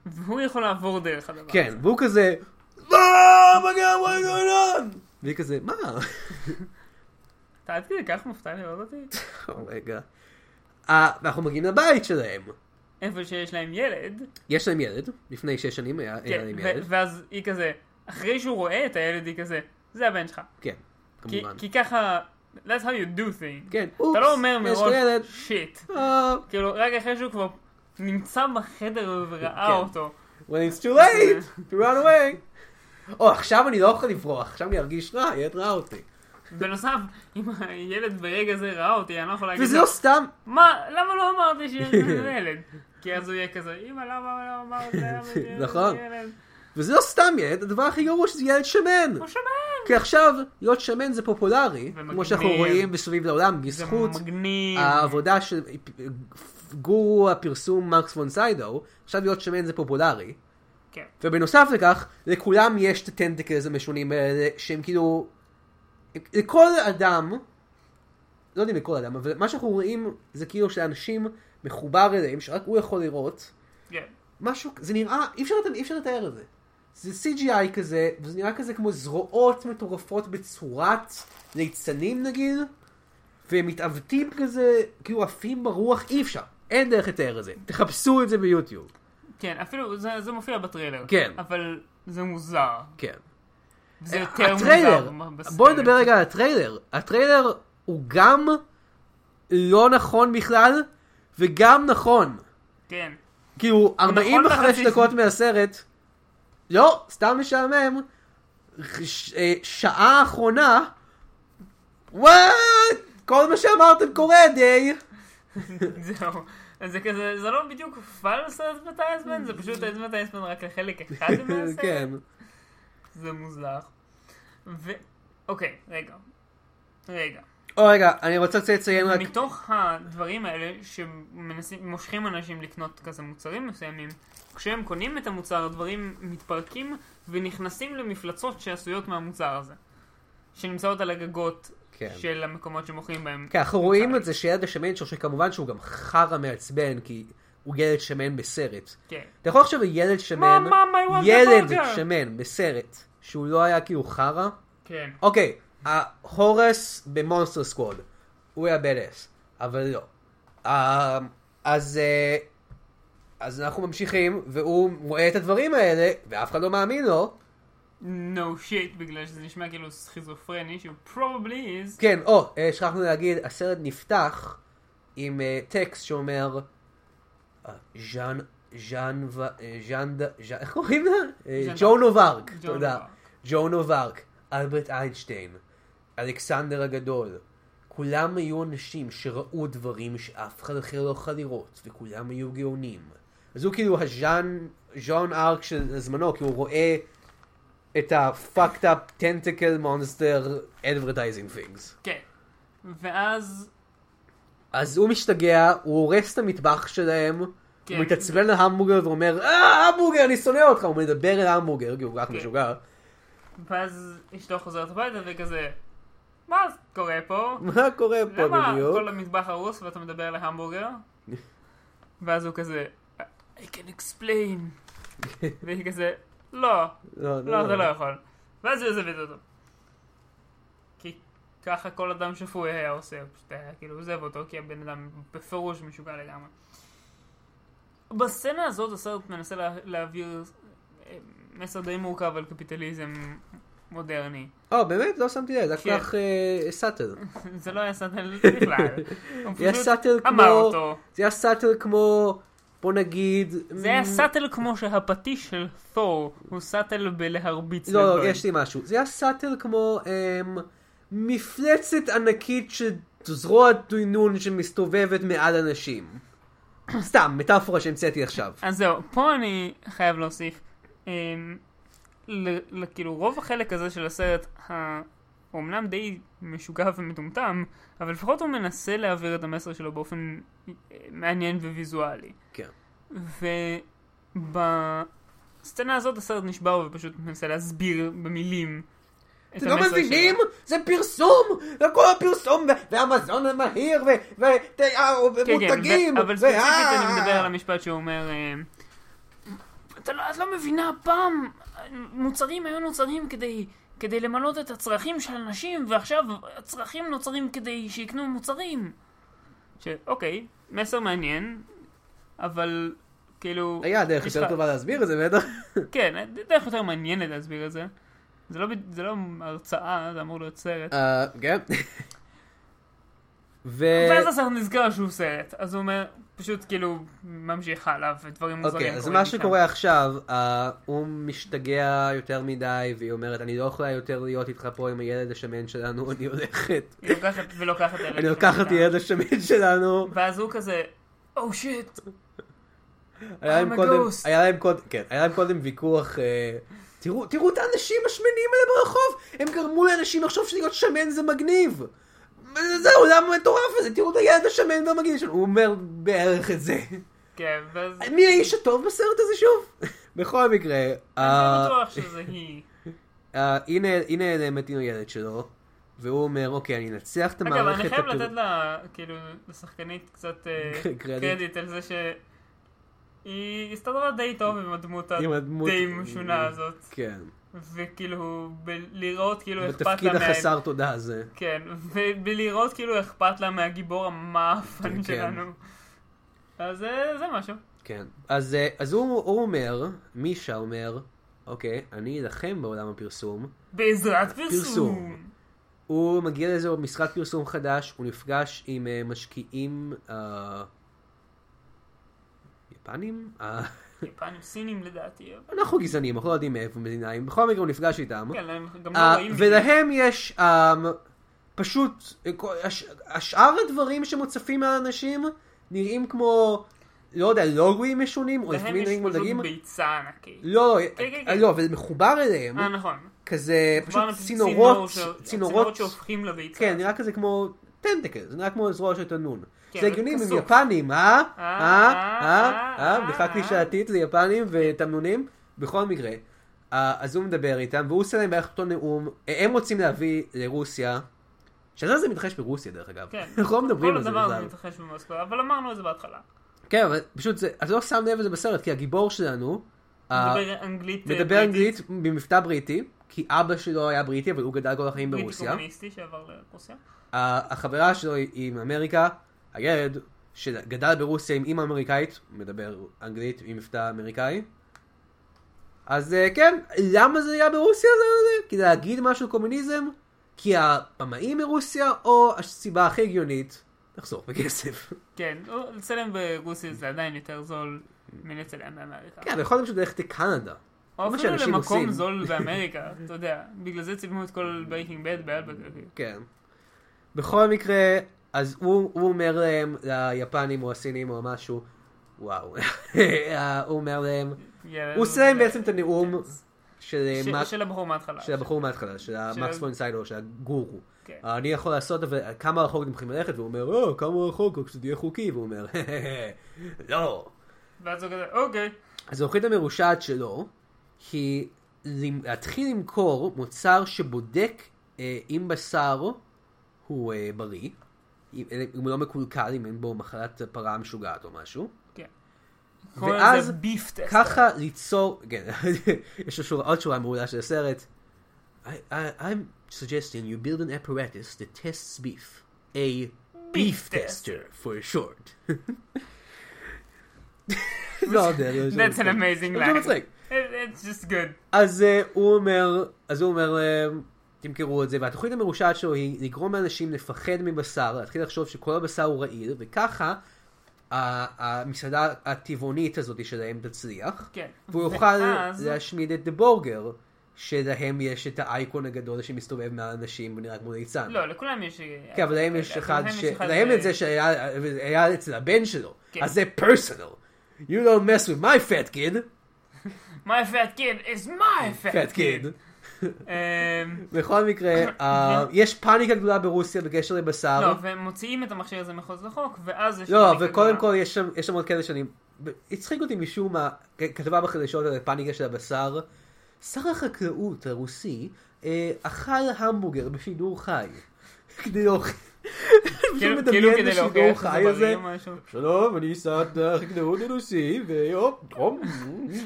Speaker 2: והוא יכול לעבור דרך הדבר.
Speaker 1: כן, והוא כזה, מה, מה גם, מה going on? והיא כזה, מה? (laughs)
Speaker 2: אתה עד כדי כך מופתע לראות אותי?
Speaker 1: (laughs) "Oh רגע. אה, ואנחנו מגיעים לבית שלהם.
Speaker 2: איפה שיש להם ילד,
Speaker 1: יש להם ילד, לפני שש שנים היה היה
Speaker 2: כן,
Speaker 1: להם
Speaker 2: ו-
Speaker 1: ילד.
Speaker 2: ואז היא כזה, אחרי שהוא רואה את הילד, היא כזה, זה הבן שלך.
Speaker 1: כן,
Speaker 2: כי-
Speaker 1: כמובן.
Speaker 2: כי ככה, that's how you do things.
Speaker 1: כן,
Speaker 2: אתה לא אומר
Speaker 1: יש לו ילד.
Speaker 2: מראש, שיט.
Speaker 1: אה,
Speaker 2: כאילו, רק אחרי שהוא כבר נמצא בחדר וראה
Speaker 1: כן.
Speaker 2: אותו.
Speaker 1: When it's too late, to run away. או, עכשיו אני לא יכול לברוח, עכשיו אני ארגיש רע, הילד ראה אותי.
Speaker 2: בנוסף, אם הילד ברגע זה ראה אותי, אני לא יכול להגיד
Speaker 1: וזה
Speaker 2: לו,
Speaker 1: לא סתם,
Speaker 2: מה, למה לא אמרתי שיש לי
Speaker 1: (laughs)
Speaker 2: ילד? כי אז הוא יהיה כזה, אמא, למה לא אמרת שיש לי
Speaker 1: נכון.
Speaker 2: ילד?"
Speaker 1: וזה לא סתם ילד, הדבר הכי גרוע שזה ילד שמן.
Speaker 2: הוא שומע,
Speaker 1: כי עכשיו, להיות שמן זה פופולרי, כמו
Speaker 2: ומגניב.
Speaker 1: שאנחנו רואים מסביב לעולם,
Speaker 2: זה
Speaker 1: בזכות
Speaker 2: מגניב.
Speaker 1: העבודה של גורו הפרסום מרקס פון סיידו, עכשיו להיות שמן זה פופולרי.
Speaker 2: כן.
Speaker 1: ובנוסף לכך, לכולם יש את הטנטקלס המשונים האלה, שהם כאילו... לכל אדם, לא יודע אם לכל אדם, אבל מה שאנחנו רואים זה כאילו שאנשים מחובר אליהם, שרק הוא יכול לראות,
Speaker 2: כן.
Speaker 1: משהו, זה נראה, אי אפשר, לת- אי אפשר לתאר את זה. זה CGI כזה, וזה נראה כזה כמו זרועות מטורפות בצורת ליצנים נגיד, והם מתעוותים כזה, כאילו עפים ברוח, אי אפשר. אין דרך לתאר את זה. תחפשו את זה ביוטיוב.
Speaker 2: כן, אפילו זה זה מופיע בטריילר.
Speaker 1: כן.
Speaker 2: אבל זה מוזר.
Speaker 1: כן.
Speaker 2: זה יותר
Speaker 1: הטריילר,
Speaker 2: מוזר. מה- בסרט.
Speaker 1: בואו נדבר רגע על הטריילר. הטריילר הוא גם לא נכון בכלל, וגם נכון.
Speaker 2: כן. (laughs)
Speaker 1: כאילו, 45
Speaker 2: בחצי-
Speaker 1: דקות מהסרט, לא, סתם משעמם, ש- אה, שעה אחרונה, וואט, כל מה שאמרתם קורה די.
Speaker 2: זהו. אז זה כזה, זה לא בדיוק פלס אדברטייזמנט, זה פשוט אדברטייזמנט רק לחלק
Speaker 1: (laughs)
Speaker 2: אחד מהסרט.
Speaker 1: כן.
Speaker 2: זה מוזר. ו... אוקיי, רגע. רגע.
Speaker 1: או רגע, אני רוצה לציין רק,
Speaker 2: מתוך הדברים האלה שמושכים אנשים לקנות כזה מוצרים מסוימים, כשהם קונים את המוצר הדברים מתפרקים ונכנסים למפלצות שעשויות מהמוצר הזה. שנמצאות על הגגות
Speaker 1: כן.
Speaker 2: של המקומות שמוכרים בהם.
Speaker 1: כן, אנחנו רואים את זה שילד השמן שלו, שכמובן שהוא גם חרא מעצבן, כי הוא ילד שמן בסרט.
Speaker 2: כן.
Speaker 1: אתה יכול לחשוב על ילד שמן,
Speaker 2: Mom, mom, I want a
Speaker 1: ילד
Speaker 2: burger.
Speaker 1: שמן בסרט, שהוא לא היה כאילו חרא.
Speaker 2: כן.
Speaker 1: אוקיי, ההורס במונסטר סקווד, הוא היה בדס, אבל לא. אה, אז, אה, אז אנחנו ממשיכים, והוא רואה את הדברים האלה, ואף אחד לא מאמין לו.
Speaker 2: no shit, בגלל שזה נשמע כאילו סכיזופרני, שהוא probably is.
Speaker 1: כן, או, אה, שכחנו להגיד, הסרט נפתח עם אה, טקסט שאומר, אה, ז'אן, ז'אן, ו- אה, ז'אן, ד- ז'אן, איך קוראים לה? אה,
Speaker 2: ז'אן
Speaker 1: ג'ונו וארק,
Speaker 2: ג'ון
Speaker 1: תודה.
Speaker 2: וארק.
Speaker 1: ג'ונו וארק, אלברט איינשטיין, אלכסנדר הגדול. כולם היו אנשים שראו דברים שאף אחד אחר לא יכול לראות, וכולם היו גאונים. אז הוא כאילו הז'אן, ז'אן ארק של זמנו, כי הוא רואה את ה-fucked up tentacle monster advertising things.
Speaker 2: כן. ואז...
Speaker 1: אז הוא משתגע, הוא הורס את המטבח שלהם,
Speaker 2: כן.
Speaker 1: הוא מתעצבן על המבורגר ואומר, אה, המבורגר, אני שונא אותך, הוא מדבר אל המבורגר, כי הוא כל כך
Speaker 2: כן.
Speaker 1: משוגע.
Speaker 2: ואז אשתו חוזרת הביתה וכזה, מה קורה פה?
Speaker 1: מה קורה פה
Speaker 2: למה
Speaker 1: בדיוק?
Speaker 2: כל המטבח הרוס ואתה מדבר על
Speaker 1: (laughs)
Speaker 2: ההמבורגר? ואז הוא כזה, I can
Speaker 1: (laughs)
Speaker 2: explain. והיא כזה, לא, לא, אתה לא יכול. ואז היא עוזבת אותו. כי ככה כל אדם שפוי היה עושה, הוא פשוט היה כאילו עוזב אותו, כי הבן אדם בפירוש משוגע לגמרי. בסצנה הזאת הסרט מנסה לה, להעביר אה, מסר די מורכב על קפיטליזם מודרני. (laughs)
Speaker 1: או, באמת? לא שמתי לב, זה
Speaker 2: כן.
Speaker 1: היה כל כך אה, סאטל.
Speaker 2: זה לא היה סאטל בכלל.
Speaker 1: (laughs)
Speaker 2: הוא
Speaker 1: זה היה
Speaker 2: פשוט
Speaker 1: סאטל כמו...
Speaker 2: אמר אותו.
Speaker 1: זה היה סאטל כמו, בוא נגיד...
Speaker 2: זה היה
Speaker 1: מ-
Speaker 2: סאטל כמו שהפטיש של תור הוא סאטל בלהרביץ
Speaker 1: לא, לא,
Speaker 2: לדברים.
Speaker 1: יש לי משהו. זה היה סאטל כמו אמ, מפלצת ענקית של זרוע דינון שמסתובבת מעל אנשים. סתם, מטאפורה שהמצאתי עכשיו.
Speaker 2: אז זהו, פה אני חייב להוסיף. אמ, ל- ל- כאילו רוב החלק הזה של הסרט, ה- הוא אמנם די משוגע ומטומטם, אבל לפחות הוא מנסה להעביר את המסר שלו באופן אה, מעניין וויזואלי.
Speaker 1: כן.
Speaker 2: ובסצנה הזאת הסרט נשבר ופשוט מנסה להסביר במילים את
Speaker 1: אתם לא
Speaker 2: המסר שלו.
Speaker 1: מבינים? זה פרסום! זה כל הפרסום, ו- והמזון המהיר, ו- ו- ת- אה,
Speaker 2: כן, כן,
Speaker 1: ומותגים!
Speaker 2: ו- אבל
Speaker 1: ו-
Speaker 2: ספציפית
Speaker 1: אה.
Speaker 2: אני מדבר על המשפט שהוא אומר, אה, "אתה לא- את לא מבינה, פעם מוצרים היו נוצרים כדי... כדי למלות את הצרכים של אנשים, ועכשיו הצרכים נוצרים כדי שיקנו מוצרים. שאוקיי, מסר מעניין, אבל כאילו...
Speaker 1: היה דרך
Speaker 2: יש
Speaker 1: יותר
Speaker 2: לך-
Speaker 1: טובה להסביר את זה, בטח.
Speaker 2: כן, דרך יותר מעניינת להסביר את זה. זה לא, ב- זה לא הרצאה, זה אמור להיות סרט.
Speaker 1: אה, כן. ו...
Speaker 2: ואז הסרט נזכר שהוא סרט, אז הוא אומר, פשוט כאילו ממשיך הלאה, ודברים מוזרים
Speaker 1: אוקיי, אז
Speaker 2: קורים
Speaker 1: מה
Speaker 2: משם.
Speaker 1: שקורה עכשיו, אה, הוא משתגע יותר מדי, והיא אומרת, אני לא יכולה יותר להיות איתך פה עם הילד השמן שלנו, (laughs) אני הולכת.
Speaker 2: היא לוקחת ולוקחת אלף.
Speaker 1: אני לוקחת את הילד השמן שלנו.
Speaker 2: ואז הוא כזה, "Oh, או שיט,
Speaker 1: היה להם
Speaker 2: a
Speaker 1: קודם-
Speaker 2: ghost.
Speaker 1: היה להם קודם, כן, היה להם קודם ויכוח, אה, תראו תראו את האנשים השמנים האלה ברחוב, הם גרמו לאנשים לחשוב שלהיות שמן זה מגניב. זה- זה העולם המטורף הזה, תראו את הילד השמן והמגניב שלנו. הוא אומר בערך את זה.
Speaker 2: כן, ואז אני
Speaker 1: מי האיש הטוב בסרט הזה שוב? (laughs) בכל מקרה, אה,
Speaker 2: לא בטוח שזה
Speaker 1: (laughs)
Speaker 2: היא.
Speaker 1: אה, הנה הנה נעמד עם הילד שלו, והוא אומר, אוקיי, אני אנצח את המערכת.
Speaker 2: אגב, אני חייב
Speaker 1: הפר-
Speaker 2: לתת לה, כאילו, לשחקנית קצת אה,
Speaker 1: (laughs) קרדיט.
Speaker 2: קרדיט על זה ש... היא הסתדרה די טוב עם הדמות
Speaker 1: עם הדמות-
Speaker 2: הדי משונה הזאת,
Speaker 1: כן,
Speaker 2: וכאילו, ב- לראות כאילו אכפת
Speaker 1: בתפקיד
Speaker 2: לה מה...
Speaker 1: החסר תודה הזה.
Speaker 2: כן, ולראות כאילו אכפת לה מהגיבור המאפן
Speaker 1: כן.
Speaker 2: שלנו. אז אה, זה משהו.
Speaker 1: כן. אז, אה, אז הוא, הוא אומר, מישה אומר, אוקיי, אני אלחם בעולם הפרסום.
Speaker 2: בעזרת
Speaker 1: אה, פרסום.
Speaker 2: פרסום.
Speaker 1: הוא מגיע לאיזה משרד פרסום חדש, הוא נפגש עם אה, (laughs) משקיעים... אה, יפנים? אה,
Speaker 2: יפנים סינים לדעתי. אבל-
Speaker 1: אנחנו גזענים, אנחנו לא יודעים מאיפה מדינאים, בכל מקרה הוא נפגש איתם.
Speaker 2: כן, הם גם לא
Speaker 1: אה,
Speaker 2: רואים את זה.
Speaker 1: ולהם יש אה, פשוט, אה, כל- הש- השאר הדברים שמוצפים מהאנשים נראים כמו, לא יודע, לוגויים משונים, או
Speaker 2: להם
Speaker 1: לפעמים
Speaker 2: יש
Speaker 1: נראים כמו דגים.
Speaker 2: פשוט ביצה ענקית.
Speaker 1: לא,
Speaker 2: כן, כן,
Speaker 1: אה,
Speaker 2: כן.
Speaker 1: לא, אבל זה מחובר אליהם,
Speaker 2: אה, נכון.
Speaker 1: כזה
Speaker 2: כבר
Speaker 1: לא, פשוט
Speaker 2: אנחנו-
Speaker 1: צינורות,
Speaker 2: צינור ש-
Speaker 1: צינורות,
Speaker 2: שהופכים לביצה.
Speaker 1: כן, נראה כזה כמו טנטקל, זה נראה כמו זרוע של תנון.
Speaker 2: כן,
Speaker 1: זה הגיוני אם
Speaker 2: וכסוף.
Speaker 1: הם יפנים, אה? אה? אה?
Speaker 2: אה,
Speaker 1: אה? בדיחה
Speaker 2: אה.
Speaker 1: קלישאתית זה יפנים ותמנונים. בכל מקרה, אה, אז הוא מדבר איתם, והוא עושה להם בערך אותו נאום. אה, הם רוצים להביא לרוסיה, שזה זה מתרחש ברוסיה דרך אגב.
Speaker 2: כן.
Speaker 1: אנחנו לא מדברים על זה
Speaker 2: כל הדבר
Speaker 1: בכלל.
Speaker 2: הזה מתרחש במוסקבה, אבל אמרנו את זה בהתחלה.
Speaker 1: כן, אבל פשוט זה, אז לא שם לב לזה בסרט, כי הגיבור שלנו, אה,
Speaker 2: מדבר אנגלית. אה,
Speaker 1: מדבר
Speaker 2: בריטית,
Speaker 1: אנגלית במבטא בריטי, כי אבא שלו היה בריטי, אבל הוא גדל כל החיים
Speaker 2: בריטי
Speaker 1: ברוסיה.
Speaker 2: קומוניסטי שעבר לרוסיה.
Speaker 1: ה- החברה שלו היא מאמריקה, הילד שגדל ברוסיה עם אימא אמריקאית, הוא מדבר אנגלית עם מבטא אמריקאי. אז אה, כן, למה זה היה ברוסיה? זה- זה- כדי להגיד משהו קומוניזם? כי הבמאים מרוסיה, או הסיבה הכי הגיונית, לחסוך בכסף. (laughs)
Speaker 2: כן, או- לצלם ברוסיה זה עדיין יותר זול מלצלם באמריקה.
Speaker 1: כן, אבל יכולתם פשוט ללכת לקנדה.
Speaker 2: או
Speaker 1: מה
Speaker 2: אפילו
Speaker 1: שאנשים עושים.
Speaker 2: למקום
Speaker 1: (laughs)
Speaker 2: זול באמריקה, אתה יודע. בגלל זה צילמו את כל בייקינג בד באל בתל אביב.
Speaker 1: כן. בכל מקרה, אז הוא, הוא אומר להם, ליפנים או הסינים או משהו, וואו, (laughs) אה, הוא אומר להם,
Speaker 2: ילד-
Speaker 1: הוא עושה להם בעצם את הנאום
Speaker 2: כן.
Speaker 1: של,
Speaker 2: ש-
Speaker 1: מה-
Speaker 2: של הבחור מההתחלה.
Speaker 1: של הבחור מההתחלה, של המקס פון סיידו, של הגורו.
Speaker 2: כן.
Speaker 1: אני יכול לעשות, אבל כמה רחוק אתם יכולים ללכת? והוא אומר, או, כמה רחוק, רק שזה יהיה חוקי, והוא אומר, לא.
Speaker 2: ואז הוא כזה, אוקיי.
Speaker 1: אז האוכלית המרושעת שלו היא למ- להתחיל למכור מוצר שבודק אה, אם בשר הוא אה, בריא, אם, אם הוא לא מקולקל, אם אין בו מחלת פרה משוגעת או משהו.
Speaker 2: כן.
Speaker 1: ואז
Speaker 2: קוראים לזה beef test.
Speaker 1: ככה ליצור, כן, (laughs) יש לו שורה, עוד שורה מעולה של הסרט. I, I, I'm suggesting you build an apparatus that tests beef. A beef tester for
Speaker 2: (laughs)
Speaker 1: short. לא יודע, זה- זה
Speaker 2: That's an
Speaker 1: מצחיק.
Speaker 2: amazing
Speaker 1: זה
Speaker 2: line.
Speaker 1: מצחיק.
Speaker 2: It- It's just good.
Speaker 1: אז אה, הוא אומר, אז הוא אומר, אה, תמכרו את זה, והתוכנית המרושעת שלו היא לגרום לאנשים לפחד מבשר, להתחיל לחשוב שכל הבשר הוא רעיל, וככה ה- המסעדה הטבעונית הזאת שלהם תצליח,
Speaker 2: כן.
Speaker 1: והוא יוכל
Speaker 2: ואז-
Speaker 1: להשמיד את דה בורגר, שלהם יש את האייקון הגדול שמסתובב מעל אנשים ונראה כמו ליצן.
Speaker 2: לא, לכולם יש...
Speaker 1: כן, אבל להם יש אחד ש... להם את זה שהיה היה אצל הבן שלו,
Speaker 2: כן.
Speaker 1: אז זה פרסונל. You don't mess with my fat kid,
Speaker 2: My fat kid is
Speaker 1: (laughs)
Speaker 2: my
Speaker 1: fat
Speaker 2: fat
Speaker 1: kid.
Speaker 2: kid. אמ,
Speaker 1: בכל מקרה, (laughs) אה, יש פאניקה גדולה ברוסיה בקשר לבשר.
Speaker 2: לא, והם מוציאים את המכשיר הזה מחוץ לחוק, ואז יש...
Speaker 1: אה, לא,
Speaker 2: פאניקה
Speaker 1: וקודם
Speaker 2: גדולה.
Speaker 1: כל יש שם- יש שם עוד קטע שאני... הצחיק אותי משום מה, כ- כתבה בחדשות על הפאניקה של הבשר. שר החקלאות הרוסי אה, אכל המבורגר בשידור חי. (laughs) כדי להוכיח...
Speaker 2: כאילו-
Speaker 1: פשוט
Speaker 2: כאילו
Speaker 1: מדמיין
Speaker 2: כדי
Speaker 1: את
Speaker 2: להוכיח
Speaker 1: השידור
Speaker 2: שזה
Speaker 1: חי הזה.
Speaker 2: בריא או משהו.
Speaker 1: שלום, אני שר החקלאות הרוסי, והופ, הופ.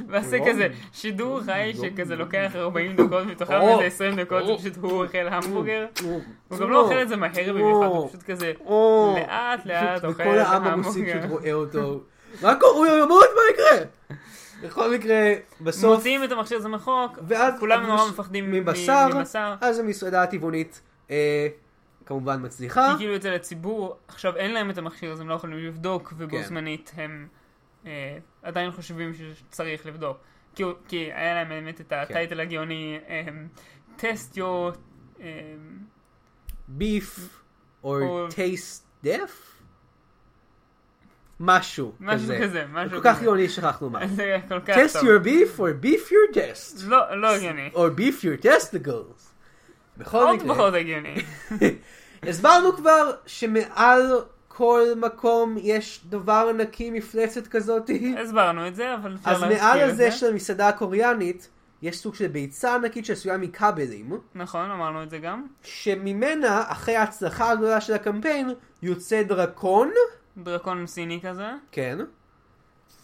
Speaker 2: ועשה כזה שידור חי שכזה לוקח 40 דקות, מתוכם
Speaker 1: לא. או,
Speaker 2: איזה 20 דקות,
Speaker 1: או.
Speaker 2: זה פשוט הוא אוכל המבורגר. הוא גם
Speaker 1: או,
Speaker 2: לא אוכל את זה מהר במיוחד, הוא פשוט כזה
Speaker 1: או.
Speaker 2: לאט לאט
Speaker 1: פשוט- (laughs)
Speaker 2: אוקיי, אוכל
Speaker 1: וכל
Speaker 2: את
Speaker 1: העם הרוסי
Speaker 2: ההמבורגר.
Speaker 1: פשוט רואה אותו. מה קורה? הוא ימות? מה יקרה? בכל מקרה, בסוף,
Speaker 2: מוציאים את המכשיר הזה מחוק,
Speaker 1: ואז
Speaker 2: כולם
Speaker 1: אז
Speaker 2: נורא
Speaker 1: מש-
Speaker 2: מפחדים
Speaker 1: מבשר,
Speaker 2: מ- מבשר.
Speaker 1: אז המסעדה הטבעונית אה, כמובן מצליחה.
Speaker 2: כי כאילו אצל הציבור, עכשיו אין להם את המכשיר, אז הם לא יכולים לבדוק, ובו
Speaker 1: כן.
Speaker 2: זמנית הם אה, עדיין חושבים שצריך לבדוק. כי הוא- כי היה להם באמת
Speaker 1: כן.
Speaker 2: את הטייטל אה, הגאוני, טסט יו, אה,
Speaker 1: ביף, או
Speaker 2: או-
Speaker 1: טייסט דף? משהו
Speaker 2: משהו
Speaker 1: כזה.
Speaker 2: כזה, משהו
Speaker 1: כל
Speaker 2: כזה.
Speaker 1: כך גאוני שכחנו מה.
Speaker 2: (laughs) זה היה כל כך
Speaker 1: טסט
Speaker 2: טוב.
Speaker 1: your beef or beef your test.
Speaker 2: לא, לא הגיוני.
Speaker 1: or beef your testicles. בכל
Speaker 2: עוד
Speaker 1: מקרה.
Speaker 2: פחות הגיוני.
Speaker 1: (laughs) הסברנו כבר שמעל כל מקום יש דבר ענקי, מפלצת
Speaker 2: (laughs)
Speaker 1: כזאתי.
Speaker 2: הסברנו את זה, אבל אפשר
Speaker 1: אז
Speaker 2: להזכיר
Speaker 1: מעל
Speaker 2: את זה.
Speaker 1: הזה של המסעדה הקוריאנית, יש סוג של ביצה ענקית שעשויה מכבלים,
Speaker 2: נכון, אמרנו את זה גם.
Speaker 1: שממנה, אחרי ההצלחה הגדולה של הקמפיין, יוצא דרקון,
Speaker 2: דרקון סיני כזה,
Speaker 1: כן,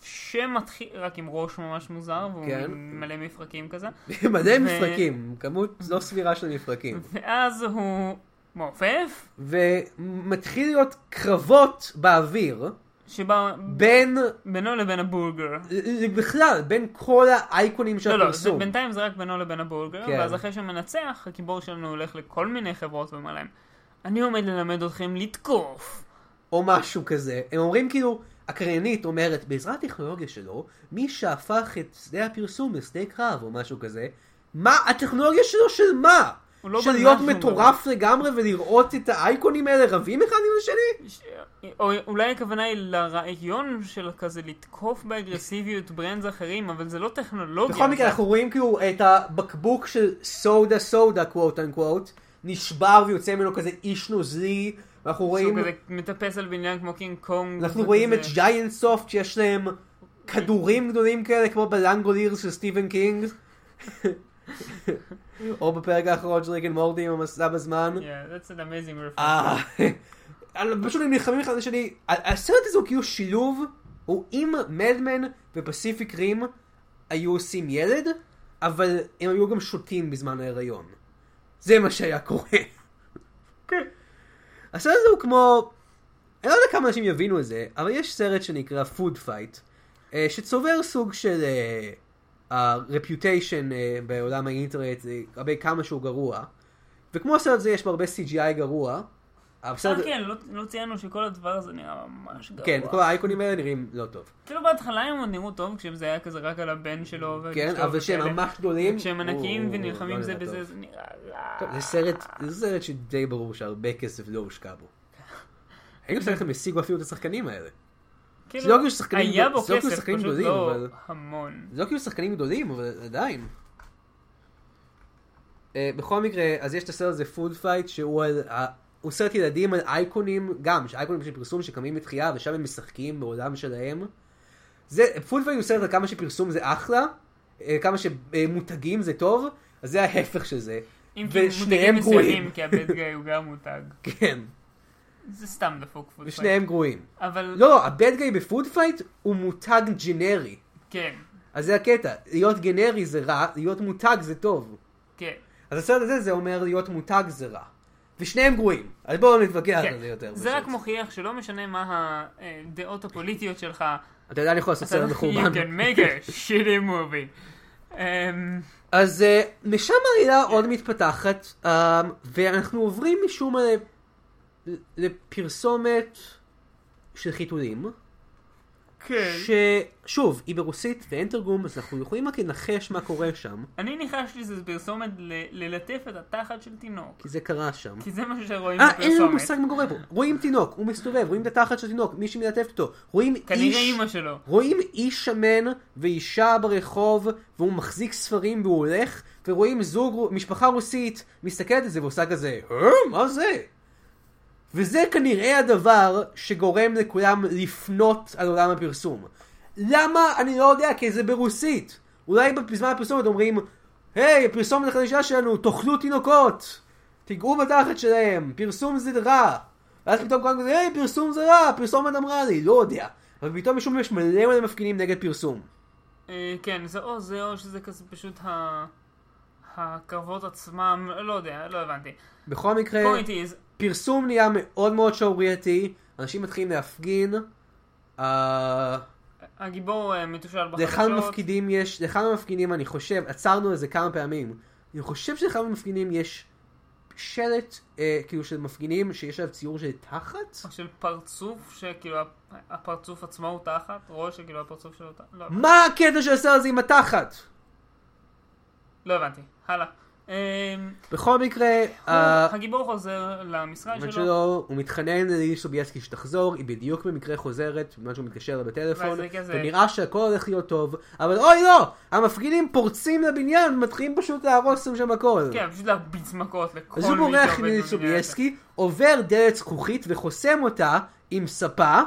Speaker 2: שמתחיל רק עם ראש ממש מוזר, והוא
Speaker 1: כן.
Speaker 2: מלא מפרקים כזה.
Speaker 1: (laughs) מלא מפרקים, כמות לא סבירה של מפרקים,
Speaker 2: ואז הוא מעופף,
Speaker 1: ומתחיל להיות קרבות באוויר
Speaker 2: שבא
Speaker 1: בין,
Speaker 2: בינו לבין הבורגר.
Speaker 1: בכלל, בין כל האייקונים של
Speaker 2: לא, לא, זה,
Speaker 1: הפרסום.
Speaker 2: בינתיים זה רק בינו לבין הבורגר,
Speaker 1: כן.
Speaker 2: ואז אחרי שמנצח, הגיבור שלנו הולך לכל מיני חברות ואומר להם, אני עומד ללמד אתכם לתקוף.
Speaker 1: או משהו כזה. הם אומרים כאילו, הקריינית אומרת, בעזרת הטכנולוגיה שלו, מי שהפך את שדה הפרסום לשדה קרב או משהו כזה, מה הטכנולוגיה שלו של מה?
Speaker 2: הוא לא
Speaker 1: של
Speaker 2: בנה
Speaker 1: להיות
Speaker 2: שום
Speaker 1: מטורף לגמרי ולראות את האייקונים האלה רבים אחד עם השני?
Speaker 2: ש- או אולי הכוונה היא לרעיון של כזה לתקוף באגרסיביות ברנדס אחרים, אבל זה לא טכנולוגיה.
Speaker 1: בכל
Speaker 2: זה-
Speaker 1: מקרה, אנחנו רואים כאילו את הבקבוק של סודה סודה, קוואט אנקוואט, נשבר ויוצא ממנו כזה איש נוזלי, ואנחנו
Speaker 2: שהוא
Speaker 1: רואים
Speaker 2: כזה מטפס על בניין כמו קינג קונג.
Speaker 1: אנחנו
Speaker 2: וכזה-
Speaker 1: רואים את ג'יינט סופט שיש להם כדורים גדולים כאלה כמו בלנגוליר של סטיבן קינג. או בפרק האחרון של ריק אנד מורטי עם המסע בזמן.
Speaker 2: Yeah, that's an amazing reference.
Speaker 1: אה, (laughs) על- פשוט הם נלחמים אחד לשני. ה- הסרט הזה הוא כאילו שילוב, הוא אם מדמן ופסיפיק רים היו עושים ילד, אבל הם היו גם שותים בזמן ההיריון. זה מה שהיה קורה. הסרט הזה הוא כמו, אני לא יודע כמה אנשים יבינו את זה, אבל יש סרט שנקרא Food Fight, אה, שצובר סוג של רפיוטיישן בעולם האינטרנט, זה הרבה כמה שהוא גרוע. וכמו הסרט הזה יש בו הרבה CGI גרוע.
Speaker 2: אה,
Speaker 1: הסרט...
Speaker 2: כן, לא- לא ציינו שכל הדבר הזה נראה ממש גרוע.
Speaker 1: כן, כל האייקונים האלה נראים לא טוב.
Speaker 2: כאילו בהתחלה הם עוד נראו טוב, כשזה היה כזה רק על הבן שלו.
Speaker 1: כן,
Speaker 2: ואשתו
Speaker 1: אבל שהם
Speaker 2: וכאלה.
Speaker 1: ממש גדולים.
Speaker 2: וכשהם
Speaker 1: הוא-
Speaker 2: ענקיים
Speaker 1: הוא
Speaker 2: ונלחמים
Speaker 1: לא
Speaker 2: זה
Speaker 1: נראה
Speaker 2: בזה,
Speaker 1: טוב.
Speaker 2: זה נראה רע.
Speaker 1: טוב, זה סרט, זה סרט שדי ברור שהרבה כסף לא הושקע בו. אני חושב שהם השיגו אפילו את השחקנים האלה.
Speaker 2: כאילו,
Speaker 1: זה לא כאילו ששחקנים-
Speaker 2: היה בו
Speaker 1: זה לא כאילו
Speaker 2: כסף,
Speaker 1: ששחקנים
Speaker 2: פשוט
Speaker 1: גדולים,
Speaker 2: לא
Speaker 1: אבל-
Speaker 2: המון.
Speaker 1: זה לא כאילו שחקנים גדולים, אבל עדיין. אה, בכל מקרה, אז יש את הסרט הזה פוד פייט, שהוא על... ה- הוא סרט ילדים על אייקונים, גם, אייקונים של פרסום שקמים לתחייה, ושם הם משחקים בעולם שלהם. זה, פוד פייט הוא סרט על כמה שפרסום זה אחלה, אה, כמה שמותגים זה טוב, אז זה ההפך של זה.
Speaker 2: אם כי
Speaker 1: ושניהם
Speaker 2: מותגים מסוימים,
Speaker 1: גרועים.
Speaker 2: כי הבד גאי הוא גם מותג.
Speaker 1: (laughs) כן,
Speaker 2: זה סתם דפוק פוד פייט.
Speaker 1: ושניהם גרועים.
Speaker 2: אבל
Speaker 1: לא, לא, הבד גיי בפוד פייט הוא מותג ג'נרי.
Speaker 2: כן,
Speaker 1: אז זה הקטע, להיות גנרי זה רע, להיות מותג זה טוב.
Speaker 2: כן.
Speaker 1: אז הסרט הזה זה אומר להיות מותג זה רע. ושניהם גרועים. אז בואו נתווכח
Speaker 2: כן.
Speaker 1: על זה יותר.
Speaker 2: זה
Speaker 1: פשוט.
Speaker 2: רק מוכיח שלא משנה מה הדעות הפוליטיות שלך,
Speaker 1: אתה יודע, אני יכול לעשות
Speaker 2: אתה לא- כן.
Speaker 1: סרט
Speaker 2: you
Speaker 1: מחורבן.
Speaker 2: can make a shitty movie. אמ,
Speaker 1: אז אה, משם העלילה עוד מתפתחת, אה, ואנחנו עוברים משום מה ל- לפרסומת של חיתולים,
Speaker 2: כן.
Speaker 1: ששוב, היא ברוסית ואין תרגום, אז אנחנו יכולים רק לנחש מה קורה שם,
Speaker 2: אני ניחשתי שזה פרסומת ל- ללטף את התחת של תינוק.
Speaker 1: כי זה קרה שם.
Speaker 2: כי זה מה שרואים
Speaker 1: אה, אין לנו
Speaker 2: בפרסומת.
Speaker 1: מושג מה קורה פה. רואים תינוק, הוא מסתובב, רואים את התחת של תינוק, מישהי מלטפת אותו, רואים איש...
Speaker 2: כנראה אימא שלו.
Speaker 1: רואים איש שמן ואישה ברחוב, והוא מחזיק ספרים והוא הולך, ורואים זוג, משפחה רוסית, מסתכלת על זה ועושה כזה, אה, מה זה? וזה כנראה הדבר שגורם לכולם לפנות על עולם הפרסום. למה? אני לא יודע, כי זה ברוסית. אולי בזמן הפרסומת אומרים, היי, הפרסומת החדשה שלנו, תאכלו תינוקות, תיגעו בתחת שלהם, פרסום זה רע. ואז פתאום כולם כזה, היי, פרסום זה רע, הפרסומת אמרה לי, לא יודע. אבל פתאום משום מה יש מלא מלא מפגינים נגד פרסום.
Speaker 2: אה, כן, זה או זה או שזה כזה פשוט ה... הקרבות עצמם, לא יודע, לא הבנתי.
Speaker 1: בכל מקרה,
Speaker 2: point is,
Speaker 1: פרסום נהיה מאוד מאוד שערורייתי, אנשים מתחילים להפגין. אה,
Speaker 2: הגיבור אה, מתושל
Speaker 1: לאחד
Speaker 2: בחדשות.
Speaker 1: המפקידים יש, לאחד המפגינים אני חושב, עצרנו את זה כמה פעמים, אני חושב שלאחד המפגינים יש שלט, אה, כאילו של מפגינים שיש עליו ציור של תחת?
Speaker 2: של פרצוף, שכאילו הפ- הפרצוף עצמו הוא תחת, ראש שכאילו הפרצוף שלו תחת, לא,
Speaker 1: מה הקטע של הסרט הזה עם התחת? Hmm?
Speaker 2: לא הבנתי, הלאה. אמ,
Speaker 1: בכל מקרה, ה-
Speaker 2: הגיבור חוזר למשרד
Speaker 1: הבת
Speaker 2: שלו,
Speaker 1: שלו, הוא מתחנן ללילי סובייסקי שתחזור, היא בדיוק במקרה חוזרת, בזמן שהוא מתקשר אליה בטלפון,
Speaker 2: ואז זה כזה-
Speaker 1: ונראה שהכל הולך להיות טוב, אבל אוי לא! המפגינים פורצים לבניין, מתחילים פשוט להרוס שם הכל.
Speaker 2: כן, פשוט להרביץ מכות לכל
Speaker 1: אז
Speaker 2: מי שעובד
Speaker 1: הוא בורח
Speaker 2: במדינה
Speaker 1: מלילי
Speaker 2: הזאת.
Speaker 1: סובייסקי, עובר דלת זכוכית וחוסם אותה עם ספה.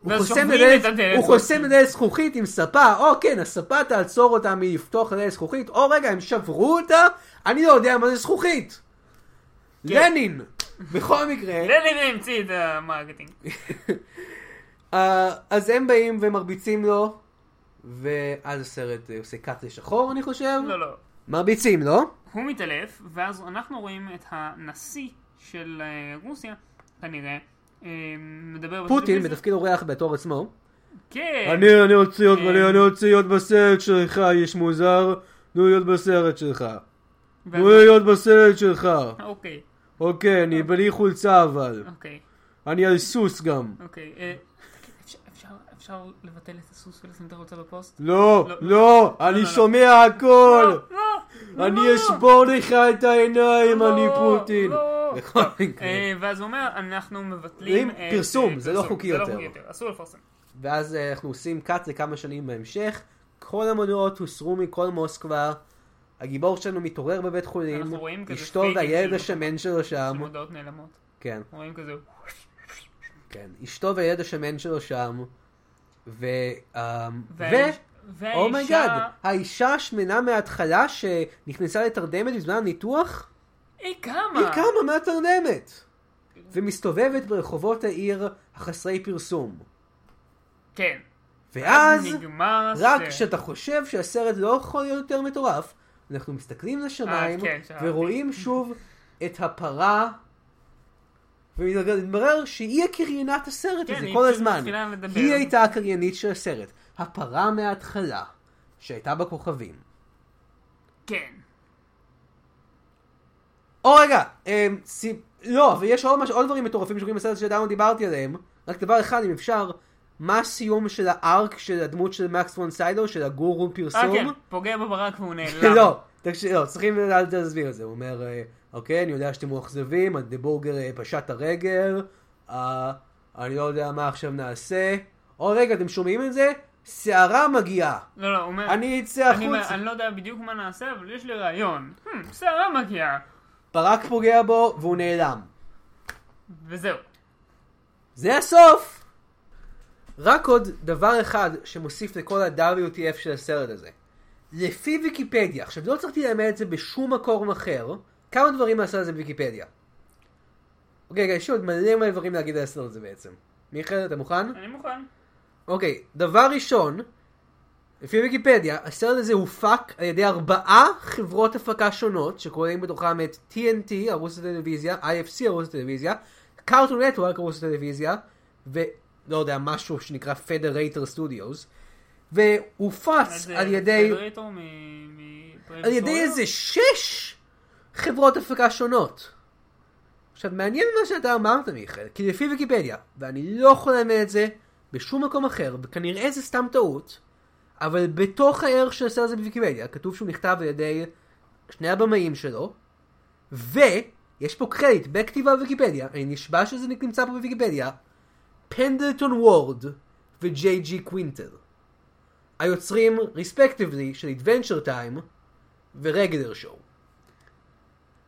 Speaker 1: הוא
Speaker 2: ואז
Speaker 1: חוסם
Speaker 2: שוברים
Speaker 1: לדלת-
Speaker 2: את הדלת
Speaker 1: הוא
Speaker 2: זכוכית.
Speaker 1: חוסם לדלת זכוכית עם ספה, או כן, הספה תעצור אותה מלפתוח לדלת זכוכית, או רגע, הם שברו אותה, אני לא יודע מה זה זכוכית.
Speaker 2: כן.
Speaker 1: לנין! בכל מקרה,
Speaker 2: לנין המציא את המרקטינג.
Speaker 1: אה, אז הם באים ומרביצים לו, ואז הסרט אה, עושה קאט לשחור, אני חושב.
Speaker 2: לא, לא.
Speaker 1: מרביצים לו.
Speaker 2: הוא מתעלף, ואז אנחנו רואים את הנשיא של אה, רוסיה, כנראה, אה, מדבר...
Speaker 1: פוטין
Speaker 2: בטלוויזיה.
Speaker 1: בתפקיד אורח בתור עצמו.
Speaker 2: כן.
Speaker 1: אני, אני רוצה להיות,
Speaker 2: כן.
Speaker 1: אני, אני רוצה להיות בסרט שלך, איש מוזר. תנו להיות בסרט שלך.
Speaker 2: ואז-
Speaker 1: תנו להיות בסרט שלך.
Speaker 2: אוקיי,
Speaker 1: אוקיי, אני בלי חולצה אבל.
Speaker 2: אוקיי,
Speaker 1: אני על סוס גם.
Speaker 2: אוקיי. אה, תגיד, אפשר- אפשר אפשר לבטל את הסוס ולשים את החולצה בפוסט?
Speaker 3: לא,
Speaker 2: לא,
Speaker 3: לא,
Speaker 2: לא,
Speaker 3: אני
Speaker 2: לא.
Speaker 3: שומע הכל!
Speaker 2: לא, לא,
Speaker 3: אני
Speaker 2: לא.
Speaker 3: אשבור לך את העיניים,
Speaker 2: לא,
Speaker 3: אני פוטין.
Speaker 2: לא.
Speaker 1: בכל
Speaker 2: טוב,
Speaker 1: מקרה.
Speaker 2: אה, ואז הוא אומר, אנחנו מבטלים
Speaker 1: אם
Speaker 2: את... אה,
Speaker 1: פרסום, זה לא חוקי
Speaker 2: זה לא
Speaker 1: יותר.
Speaker 2: חוקי יותר, אסור לפרסם.
Speaker 1: ואז אה, אנחנו עושים קאט לכמה שנים בהמשך. כל המנועות הוסרו מכל מוסקבה. הגיבור שלנו מתעורר בבית חולים.
Speaker 2: אנחנו רואים כזה
Speaker 1: אשתו
Speaker 2: פידים
Speaker 1: והילד
Speaker 2: של-
Speaker 1: השמן שלו שם.
Speaker 2: של מודעות נעלמות.
Speaker 1: כן,
Speaker 2: רואים כזה...
Speaker 1: כן. אשתו והילד השמן שלו שם. ו... אה, ו... Oh
Speaker 2: והאיש- והאישה-
Speaker 1: אומייגאד, האישה השמנה מההתחלה שנכנסה לתרדמת בזמן הניתוח,
Speaker 2: היא קמה.
Speaker 1: היא קמה מהתרדמת. ומסתובבת ברחובות העיר החסרי פרסום.
Speaker 2: כן.
Speaker 1: ואז,
Speaker 2: נגמר
Speaker 1: רק
Speaker 2: הסרט.
Speaker 1: כשאתה חושב שהסרט לא יכול להיות יותר מטורף, אנחנו מסתכלים לשמיים,
Speaker 2: אה, כן, שמעתי.
Speaker 1: ורואים שוב את הפרה, ומתברר שהיא הקריינת הסרט
Speaker 2: כן,
Speaker 1: הזה
Speaker 2: היא
Speaker 1: כל
Speaker 2: פשוט
Speaker 1: הזמן.
Speaker 2: מתחילה לדבר.
Speaker 1: היא הייתה הקריינית של הסרט. הפרה מההתחלה, שהייתה בכוכבים.
Speaker 2: כן.
Speaker 1: או רגע, אמ, סי- לא, אבל יש עוד, מש... עוד דברים מטורפים שקורים בסרט שעדיין לא דיברתי עליהם. רק דבר אחד, אם אפשר, מה הסיום של הארק של הדמות של מקס וון סיידו, של הגורו
Speaker 2: אה,
Speaker 1: פרסום?
Speaker 2: כן, פוגע בברק והוא נעלם.
Speaker 1: (laughs) לא, תקשיב, לא, צריכים לדעת להסביר את זה. הוא אומר, אה, אוקיי, אני יודע שאתם מאוכזבים, הדבורגר אה, פשט את הרגל, אה, אני לא יודע מה עכשיו נעשה. או רגע, אתם שומעים את זה? שערה מגיעה.
Speaker 2: לא, לא, הוא אומר...
Speaker 1: אני אצא
Speaker 2: אני אומר,
Speaker 1: החוצה.
Speaker 2: אני לא יודע בדיוק מה נעשה, אבל יש לי רעיון. "הם, שערה מגיעה.
Speaker 1: ברק פוגע בו והוא נעלם.
Speaker 2: וזהו.
Speaker 1: זה הסוף! רק עוד דבר אחד שמוסיף לכל ה-WTF של הסרט הזה. לפי ויקיפדיה, עכשיו לא צריך ללמד את זה בשום מקום אחר, כמה דברים מהסרט הזה בוויקיפדיה. אוקיי, רגע, יש לי עוד מלא מלא דברים להגיד על הסרט הזה בעצם. מיכאל, אתה מוכן?
Speaker 2: אני מוכן.
Speaker 1: אוקיי, דבר ראשון, לפי ויקיפדיה, הסרט הזה הופק על ידי ארבעה חברות הפקה שונות, שכוללים בתוכם את TNT, ערוץ הטלוויזיה, IFC, ערוץ הטלוויזיה, Cartoon Network, ערוץ הטלוויזיה, ולא יודע, משהו שנקרא Federator Studios, והופץ
Speaker 2: אה,
Speaker 1: על ידי,
Speaker 2: פדרטור מ... מ-
Speaker 1: על ידי איזה שש חברות הפקה שונות. עכשיו, מעניין מה שאתה אמרת, מיכאל, כי לפי ויקיפדיה, ואני לא יכול לאמן את זה בשום מקום אחר, וכנראה זה סתם טעות, אבל בתוך הערך של הסרט הזה בוויקיפדיה, כתוב שהוא נכתב על ידי שני הבמאים שלו, ויש פה קרדיט בכתיבה בוויקיפדיה, אני נשבע שזה נמצא פה בוויקיפדיה, פנדלטון וורד וג'יי ג'י קווינטל. היוצרים, רספקטיבלי, של Adventure Time ורגלר שואו.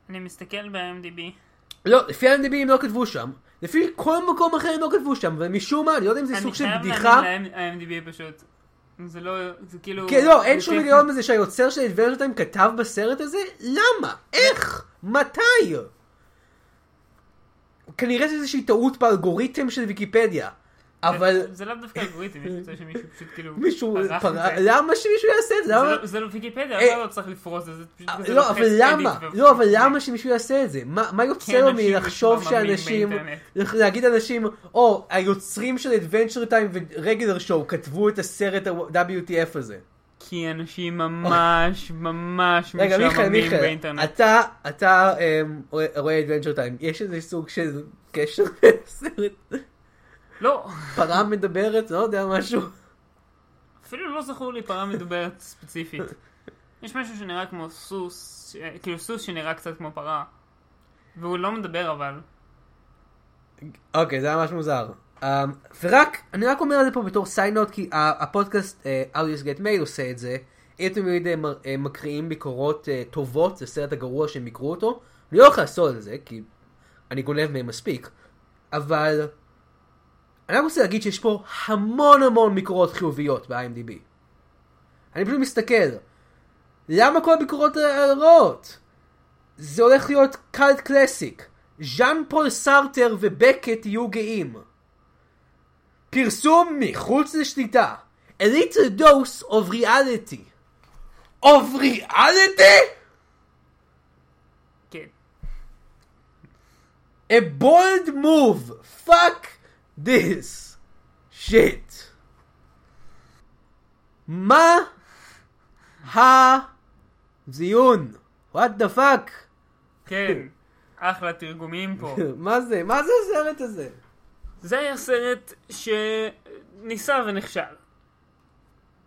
Speaker 2: אני מסתכל ב-MDB.
Speaker 1: לא, לפי ה-MDB הם לא כתבו שם. לפי כל מקום אחר הם לא כתבו שם, ומשום מה, אני לא יודע אם זה סוג של בדיחה.
Speaker 2: אני חייב להגיד ל-MDB פשוט. זה לא... זה כאילו...
Speaker 1: כן, לא, אין שום
Speaker 2: זה-
Speaker 1: היגיון בזה שהיוצר של Adventure Time כתב בסרט הזה? למה? איך? מתי? כנראה זה איזושהי טעות באלגוריתם של ויקיפדיה. אבל
Speaker 2: זה לאו דווקא אלגוריתם, יש מצב שמישהו פשוט כאילו...
Speaker 1: (laughs) מישהו...
Speaker 2: ערך
Speaker 1: פרה-
Speaker 2: את זה.
Speaker 1: למה שמישהו יעשה את זה?
Speaker 2: זה
Speaker 1: למה-
Speaker 2: לא- זה לא ויקיפדיה,
Speaker 1: אה,
Speaker 2: אתה לא צריך לפרוס את זה. פשוט כזה
Speaker 1: לא,
Speaker 2: לוחץ
Speaker 1: אבל למה?
Speaker 2: edit ו- כן,
Speaker 1: לא, אבל למה שמישהו יעשה את זה? מה מה יוצא לו
Speaker 2: אנשים
Speaker 1: מלחשוב
Speaker 2: משועממים
Speaker 1: שאנשים...
Speaker 2: באינטרנט.
Speaker 1: להגיד לאנשים, או, היוצרים של Adventure Time ורגלר שואו כתבו את הסרט ה-WTF הזה.
Speaker 2: כי אנשים ממש ממש
Speaker 1: אוקיי. רגע, מיכאל,
Speaker 2: משעממים
Speaker 1: מיכאל,
Speaker 2: באינטרנט.
Speaker 1: אתה, אתה אמ, רואה- רואה Adventure Time, יש איזה סוג של קשר (laughs) לסרט?
Speaker 2: לא,
Speaker 1: פרה מדברת, לא יודע, משהו.
Speaker 2: אפילו לא זכור לי פרה מדוברת ספציפית. יש משהו שנראה כמו סוס, אה, כאילו סוס שנראה קצת כמו פרה. והוא לא מדבר אבל.
Speaker 1: אוקיי, זה היה ממש מוזר. Um, ורק, אני רק אומר את זה פה בתור סיינוט, כי ה- הפודקאסט uh, Audios Get Mail עושה את זה. אם אתם תמיד אה, מ- אה, מקריאים ביקורות אה, טובות, זה סרט הגרוע שהם יקראו אותו. אני לא יכול לעשות את זה, כי אני גונב מהם מספיק. אבל, אני רק רוצה להגיד שיש פה המון המון ביקורות חיוביות ב-IMDb. אני פשוט מסתכל, למה כל הביקורות ה- הרעות? זה הולך להיות קאלט קלאסיק. ז'אן פול סארטר ובקט יהיו גאים. פרסום מחוץ לשליטה. A little dose of reality. of reality?
Speaker 2: כן.
Speaker 1: A bold move. fuck this shit. מה הזיון? what the fuck? (laughs)
Speaker 2: כן. אחלה תרגומים פה.
Speaker 1: מה זה? מה זה הסרט הזה?
Speaker 2: זה היה סרט ש... ניסה ונכשל.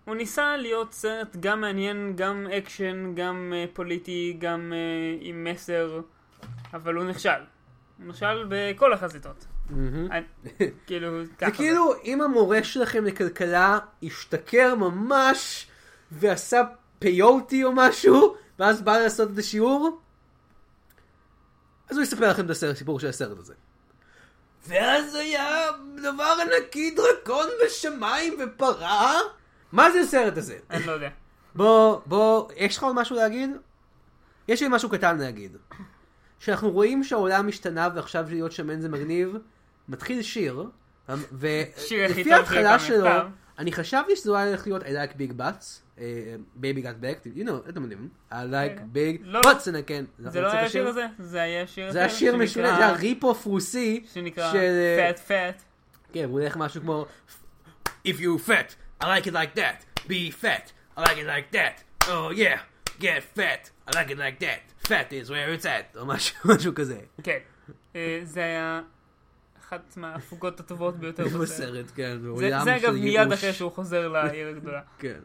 Speaker 2: הוא ניסה להיות סרט גם מעניין, גם אקשן, גם uh, פוליטי, גם uh, עם מסר, אבל הוא נכשל. הוא נכשל בכל החזיתות. אני- כאילו, ככה.
Speaker 1: זה כאילו אם המורה שלכם לכלכלה השתכר ממש ועשה פיוטי או משהו, ואז בא לעשות את השיעור, אז הוא יספר לכם את הסרט, סיפור של הסרט הזה. ואז היה דבר ענקי, דרקון בשמיים ופרה? מה זה הסרט הזה?
Speaker 2: אני לא יודע.
Speaker 1: בוא, בוא, יש לך עוד משהו להגיד? יש לי משהו קטן להגיד. שאנחנו רואים שהעולם השתנה ועכשיו להיות שמן זה מגניב, מתחיל שיר,
Speaker 2: שיר הכי
Speaker 1: ולפי
Speaker 2: טוב
Speaker 1: ההתחלה
Speaker 2: שיהיה
Speaker 1: שלו,
Speaker 2: במחקר.
Speaker 1: אני חשבתי שזה היה הולך להיות I like big butts, אה, baby got back, you know, אתם יודעים, I like big
Speaker 2: לא,
Speaker 1: butts and I can,
Speaker 2: זה לא היה השיר הזה? זה היה שיר אחר.
Speaker 1: זה היה שיר
Speaker 2: שנקרא-
Speaker 1: משונה, זה היה ריפ-אוף רוסי,
Speaker 2: שנקרא
Speaker 1: של- אה,
Speaker 2: פאט פאט.
Speaker 1: כן, הוא הולך משהו כמו If you fat, I like it like that. Be fat, I like it like that. Oh yeah, get fat, I like it like that. Fat is where it's at. או משהו, (laughs) משהו כזה.
Speaker 2: כן. אה, זה היה אחת מההפוגות הטובות ביותר בסרט.
Speaker 1: בסרט, כן.
Speaker 2: לא, זה-
Speaker 1: בעולם
Speaker 2: זה אגב
Speaker 1: של
Speaker 2: מיד
Speaker 1: ייאוש.
Speaker 2: אחרי שהוא חוזר לעיר הגדולה.
Speaker 1: כן.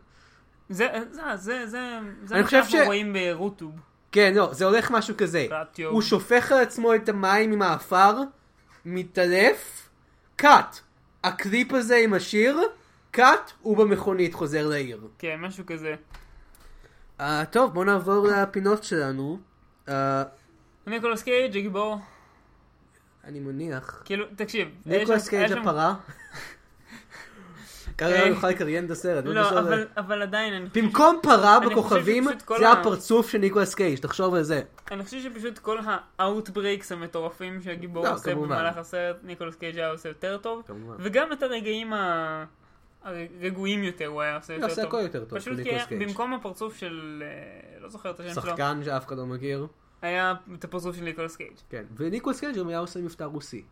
Speaker 2: זה, אה, זה, זה, זה, זה
Speaker 1: אני
Speaker 2: מה
Speaker 1: חושב
Speaker 2: שאנחנו
Speaker 1: ש-
Speaker 2: רואים ברוטוב.
Speaker 1: כן, לא, זה הולך משהו כזה.
Speaker 2: לקראת יום.
Speaker 1: הוא שופך על עצמו את המים עם האפר, מתעלף, קאט. הקליפ הזה עם השיר, קאט, הוא במכונית חוזר לעיר.
Speaker 2: כן, משהו כזה.
Speaker 1: Uh, טוב, בוא נעבור לפינות שלנו. אה,
Speaker 2: ניקולס קייג' הגיבור,
Speaker 1: אני מניח.
Speaker 2: כאילו, תקשיב. היה
Speaker 1: ניקולס
Speaker 2: שם-
Speaker 1: קייג'
Speaker 2: היה שם-
Speaker 1: הפרה.
Speaker 2: (laughs)
Speaker 1: כרגע
Speaker 2: אה.
Speaker 1: הוא יוכל לקריין את הסרט. לא
Speaker 2: לא,
Speaker 1: בסדר.
Speaker 2: אבל- אבל עדיין, אני חושב-
Speaker 1: במקום פרה
Speaker 2: אני חושב
Speaker 1: בכוכבים,
Speaker 2: שפשוט כל
Speaker 1: זה
Speaker 2: ה-
Speaker 1: הפרצוף של ניקולס קייג', תחשוב על זה.
Speaker 2: אני חושב שפשוט כל האוטברייקס המטורפים שהגיבור
Speaker 1: לא,
Speaker 2: עושה
Speaker 1: כמובן.
Speaker 2: במהלך הסרט, ניקולס קייג' היה עושה יותר טוב.
Speaker 1: כמובן.
Speaker 2: וגם את הרגעים ה- הרגועים יותר הוא היה עושה יותר טוב.
Speaker 1: לא, עושה הכל יותר טוב,
Speaker 2: פשוט כי
Speaker 1: ניקולס
Speaker 2: היה-
Speaker 1: קייג'.
Speaker 2: במקום הפרצוף של, אה, לא זוכר את השם שלו,
Speaker 1: שחקן שאף אחד לא מכיר.
Speaker 2: היה את הפרצוף של ניקולס קייג'.
Speaker 1: כן. וניקולס קייג' גם היה עושה מבטא רוסי.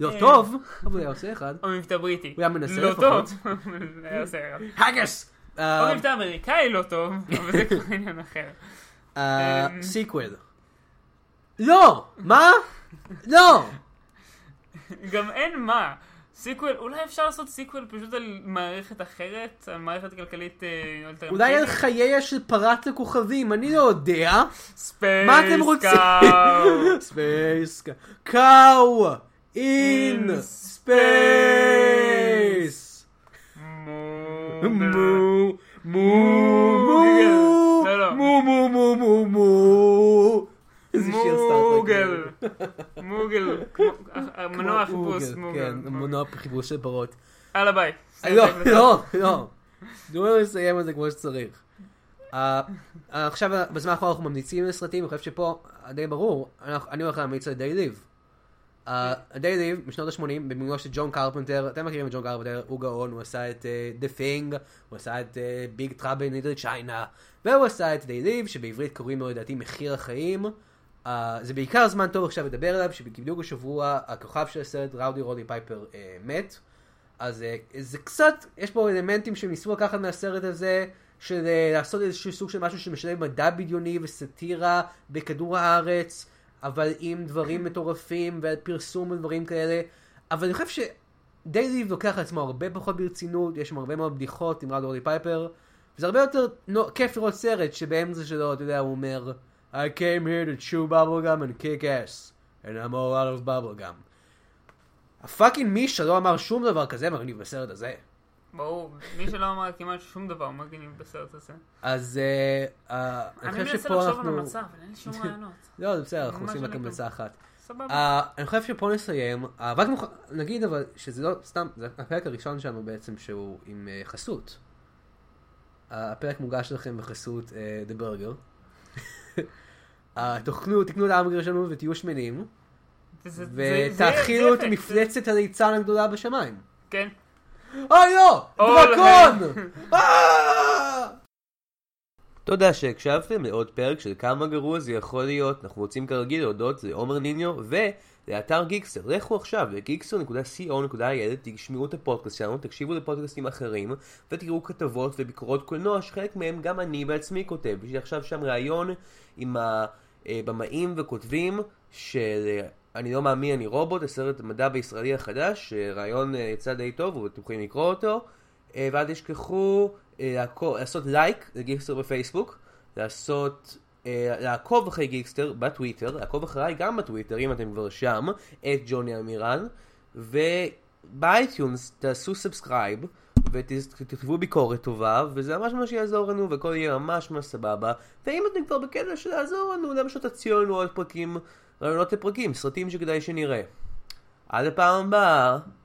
Speaker 1: לא
Speaker 2: אה.
Speaker 1: טוב, אבל הוא היה עושה אחד.
Speaker 2: או מבטא בריטי.
Speaker 1: הוא היה מנסה
Speaker 2: לא
Speaker 1: לפחות. אה,
Speaker 2: טוב. היה עושה רע.
Speaker 1: הגס!
Speaker 2: או מבטא אמריקאי לא טוב, אבל זה כבר עניין אחר. אמ.
Speaker 1: סיקוול. אה, לא! מה? לא!
Speaker 2: גם אין מה. סיקוול, אולי אפשר לעשות סיקוול פשוט על מערכת אחרת, על מערכת כלכלית אה, אלטרנטיבית.
Speaker 1: אולי על חייה של פרת הכוכבים, אני לא יודע.
Speaker 2: ספייס
Speaker 1: מה אתם רוצים?
Speaker 2: קאו.
Speaker 1: ספייס קאו אין
Speaker 2: In
Speaker 1: ספייס
Speaker 2: מו-
Speaker 1: מו מו מו
Speaker 2: לא, לא.
Speaker 1: מו מו מו מו מו איזה שיר סטארט-אפ.
Speaker 2: מוגל. מוגל. כמו- מנוע חיפוש מוגל.
Speaker 1: כן, מנוע חיפוש של פרות.
Speaker 2: יאללה ביי.
Speaker 1: לא, לא, לא. תנו לנו לסיים את זה כמו שצריך. אה, אה, עכשיו, בזמן האחרון אנחנו ממליצים לסרטים, אני חושב שפה אה, די ברור, אנחנו- אני הולך להמליץ על די ליב. די ליב משנות ה-80, במיוחד של ג'ון קרפנטר, אתם מכירים את ג'ון קרפנטר, הוא גאון, הוא עשה את אה, The Thing, הוא עשה את אה, ביג טראבל נידל צ'יינה, והוא עשה את די ליב, שבעברית קוראים לו לדעתי מחיר החיים. אה, זה בעיקר זמן טוב עכשיו לדבר עליו, שבדיוק השבוע הכוכב של הסרט, ראודי רודי פייפר, אה, מת. אז אה, זה קצת, יש פה אלמנטים שניסו לקחת מהסרט הזה, של אה, לעשות איזשהו סוג של משהו שמשלב מדע בדיוני וסאטירה בכדור הארץ, אבל עם דברים מטורפים ועל פרסום ודברים כאלה. אבל אני חושב שדיילי לוקח על עצמו הרבה פחות ברצינות, יש שם הרבה מאוד בדיחות עם רד רולי פייפר, וזה הרבה יותר נו, כיף לראות סרט שבאמצע שלו, אתה יודע, הוא אומר, I came here to chew bubble gum and kick ass, and I'm all out of bubble gum. הפאקינג מישה לא אמר שום דבר כזה מגניב בסרט הזה.
Speaker 2: ברור, מי שלא אמר כמעט שום דבר מגניב בסרט הזה.
Speaker 1: אז אה, אה, אני
Speaker 2: אני
Speaker 1: חושב
Speaker 2: מנסה
Speaker 1: שפה
Speaker 2: לחשוב על
Speaker 1: אנחנו...
Speaker 2: המצב, אבל אין לי שום
Speaker 1: (laughs)
Speaker 2: רעיונות.
Speaker 1: לא, זה בסדר, אנחנו
Speaker 2: ממש
Speaker 1: עושים רק
Speaker 2: אני גם-
Speaker 1: המלצה אחת.
Speaker 2: סבבה.
Speaker 1: אה, אני חושב שפה נסיים, אה, רק נוכל- נגיד אבל שזה לא סתם, זה הפרק הראשון שלנו בעצם שהוא עם אה, חסות. אה, הפרק מוגש לכם בחסות אה, The Burger. אה, תאכלו, תקנו את ההמברגר שלנו ותהיו שמנים,
Speaker 2: זה- זה- זה- זה-
Speaker 1: ותאכילו
Speaker 2: זה
Speaker 1: את
Speaker 2: אפקט.
Speaker 1: מפלצת הליצן הגדולה בשמיים.
Speaker 2: כן.
Speaker 1: אוי לא!
Speaker 2: אוי,
Speaker 1: דרקון! אה!
Speaker 4: תודה שהקשבתם לעוד פרק של כמה גרוע זה יכול להיות. אנחנו רוצים כרגיל להודות לעומר ניניו ולאתר גיקסטר. לכו עכשיו לגיקסטר.co.il, תשמעו את הפודקאסט שלנו, תקשיבו לפודקאסטים אחרים, ותראו כתבות וביקורות קולנוע, שחלק מהם גם אני בעצמי כותב. יש לי עכשיו שם ראיון עם הבמאים וכותבים אה, של... אה,
Speaker 1: אני לא מאמין, אני רובוט, הסרט מדע בישראלי החדש,
Speaker 4: אה,
Speaker 1: רעיון יצא די טוב, ואתם יכולים לקרוא אותו. אה, ואל תשכחו אה, לעקו- לעשות לייק לגיקסטר בפייסבוק, לעשות... אה, לעקוב אחרי גיקסטר בטוויטר, לעקוב אחריי גם בטוויטר, אם אתם כבר שם, את ג'וני אמירן, ובאייטיונס תעשו סאבסקרייב, ותכתבו ביקורת טובה, וזה ממש ממש יעזור לנו, והכל יהיה ממש ממש סבבה. ואם אתם כבר בקטע של לעזור לנו, למה שאתה תציעו לנו עוד פרקים, רעיונות לפרקים, סרטים שכדאי שנראה. עד הפעם הבאה.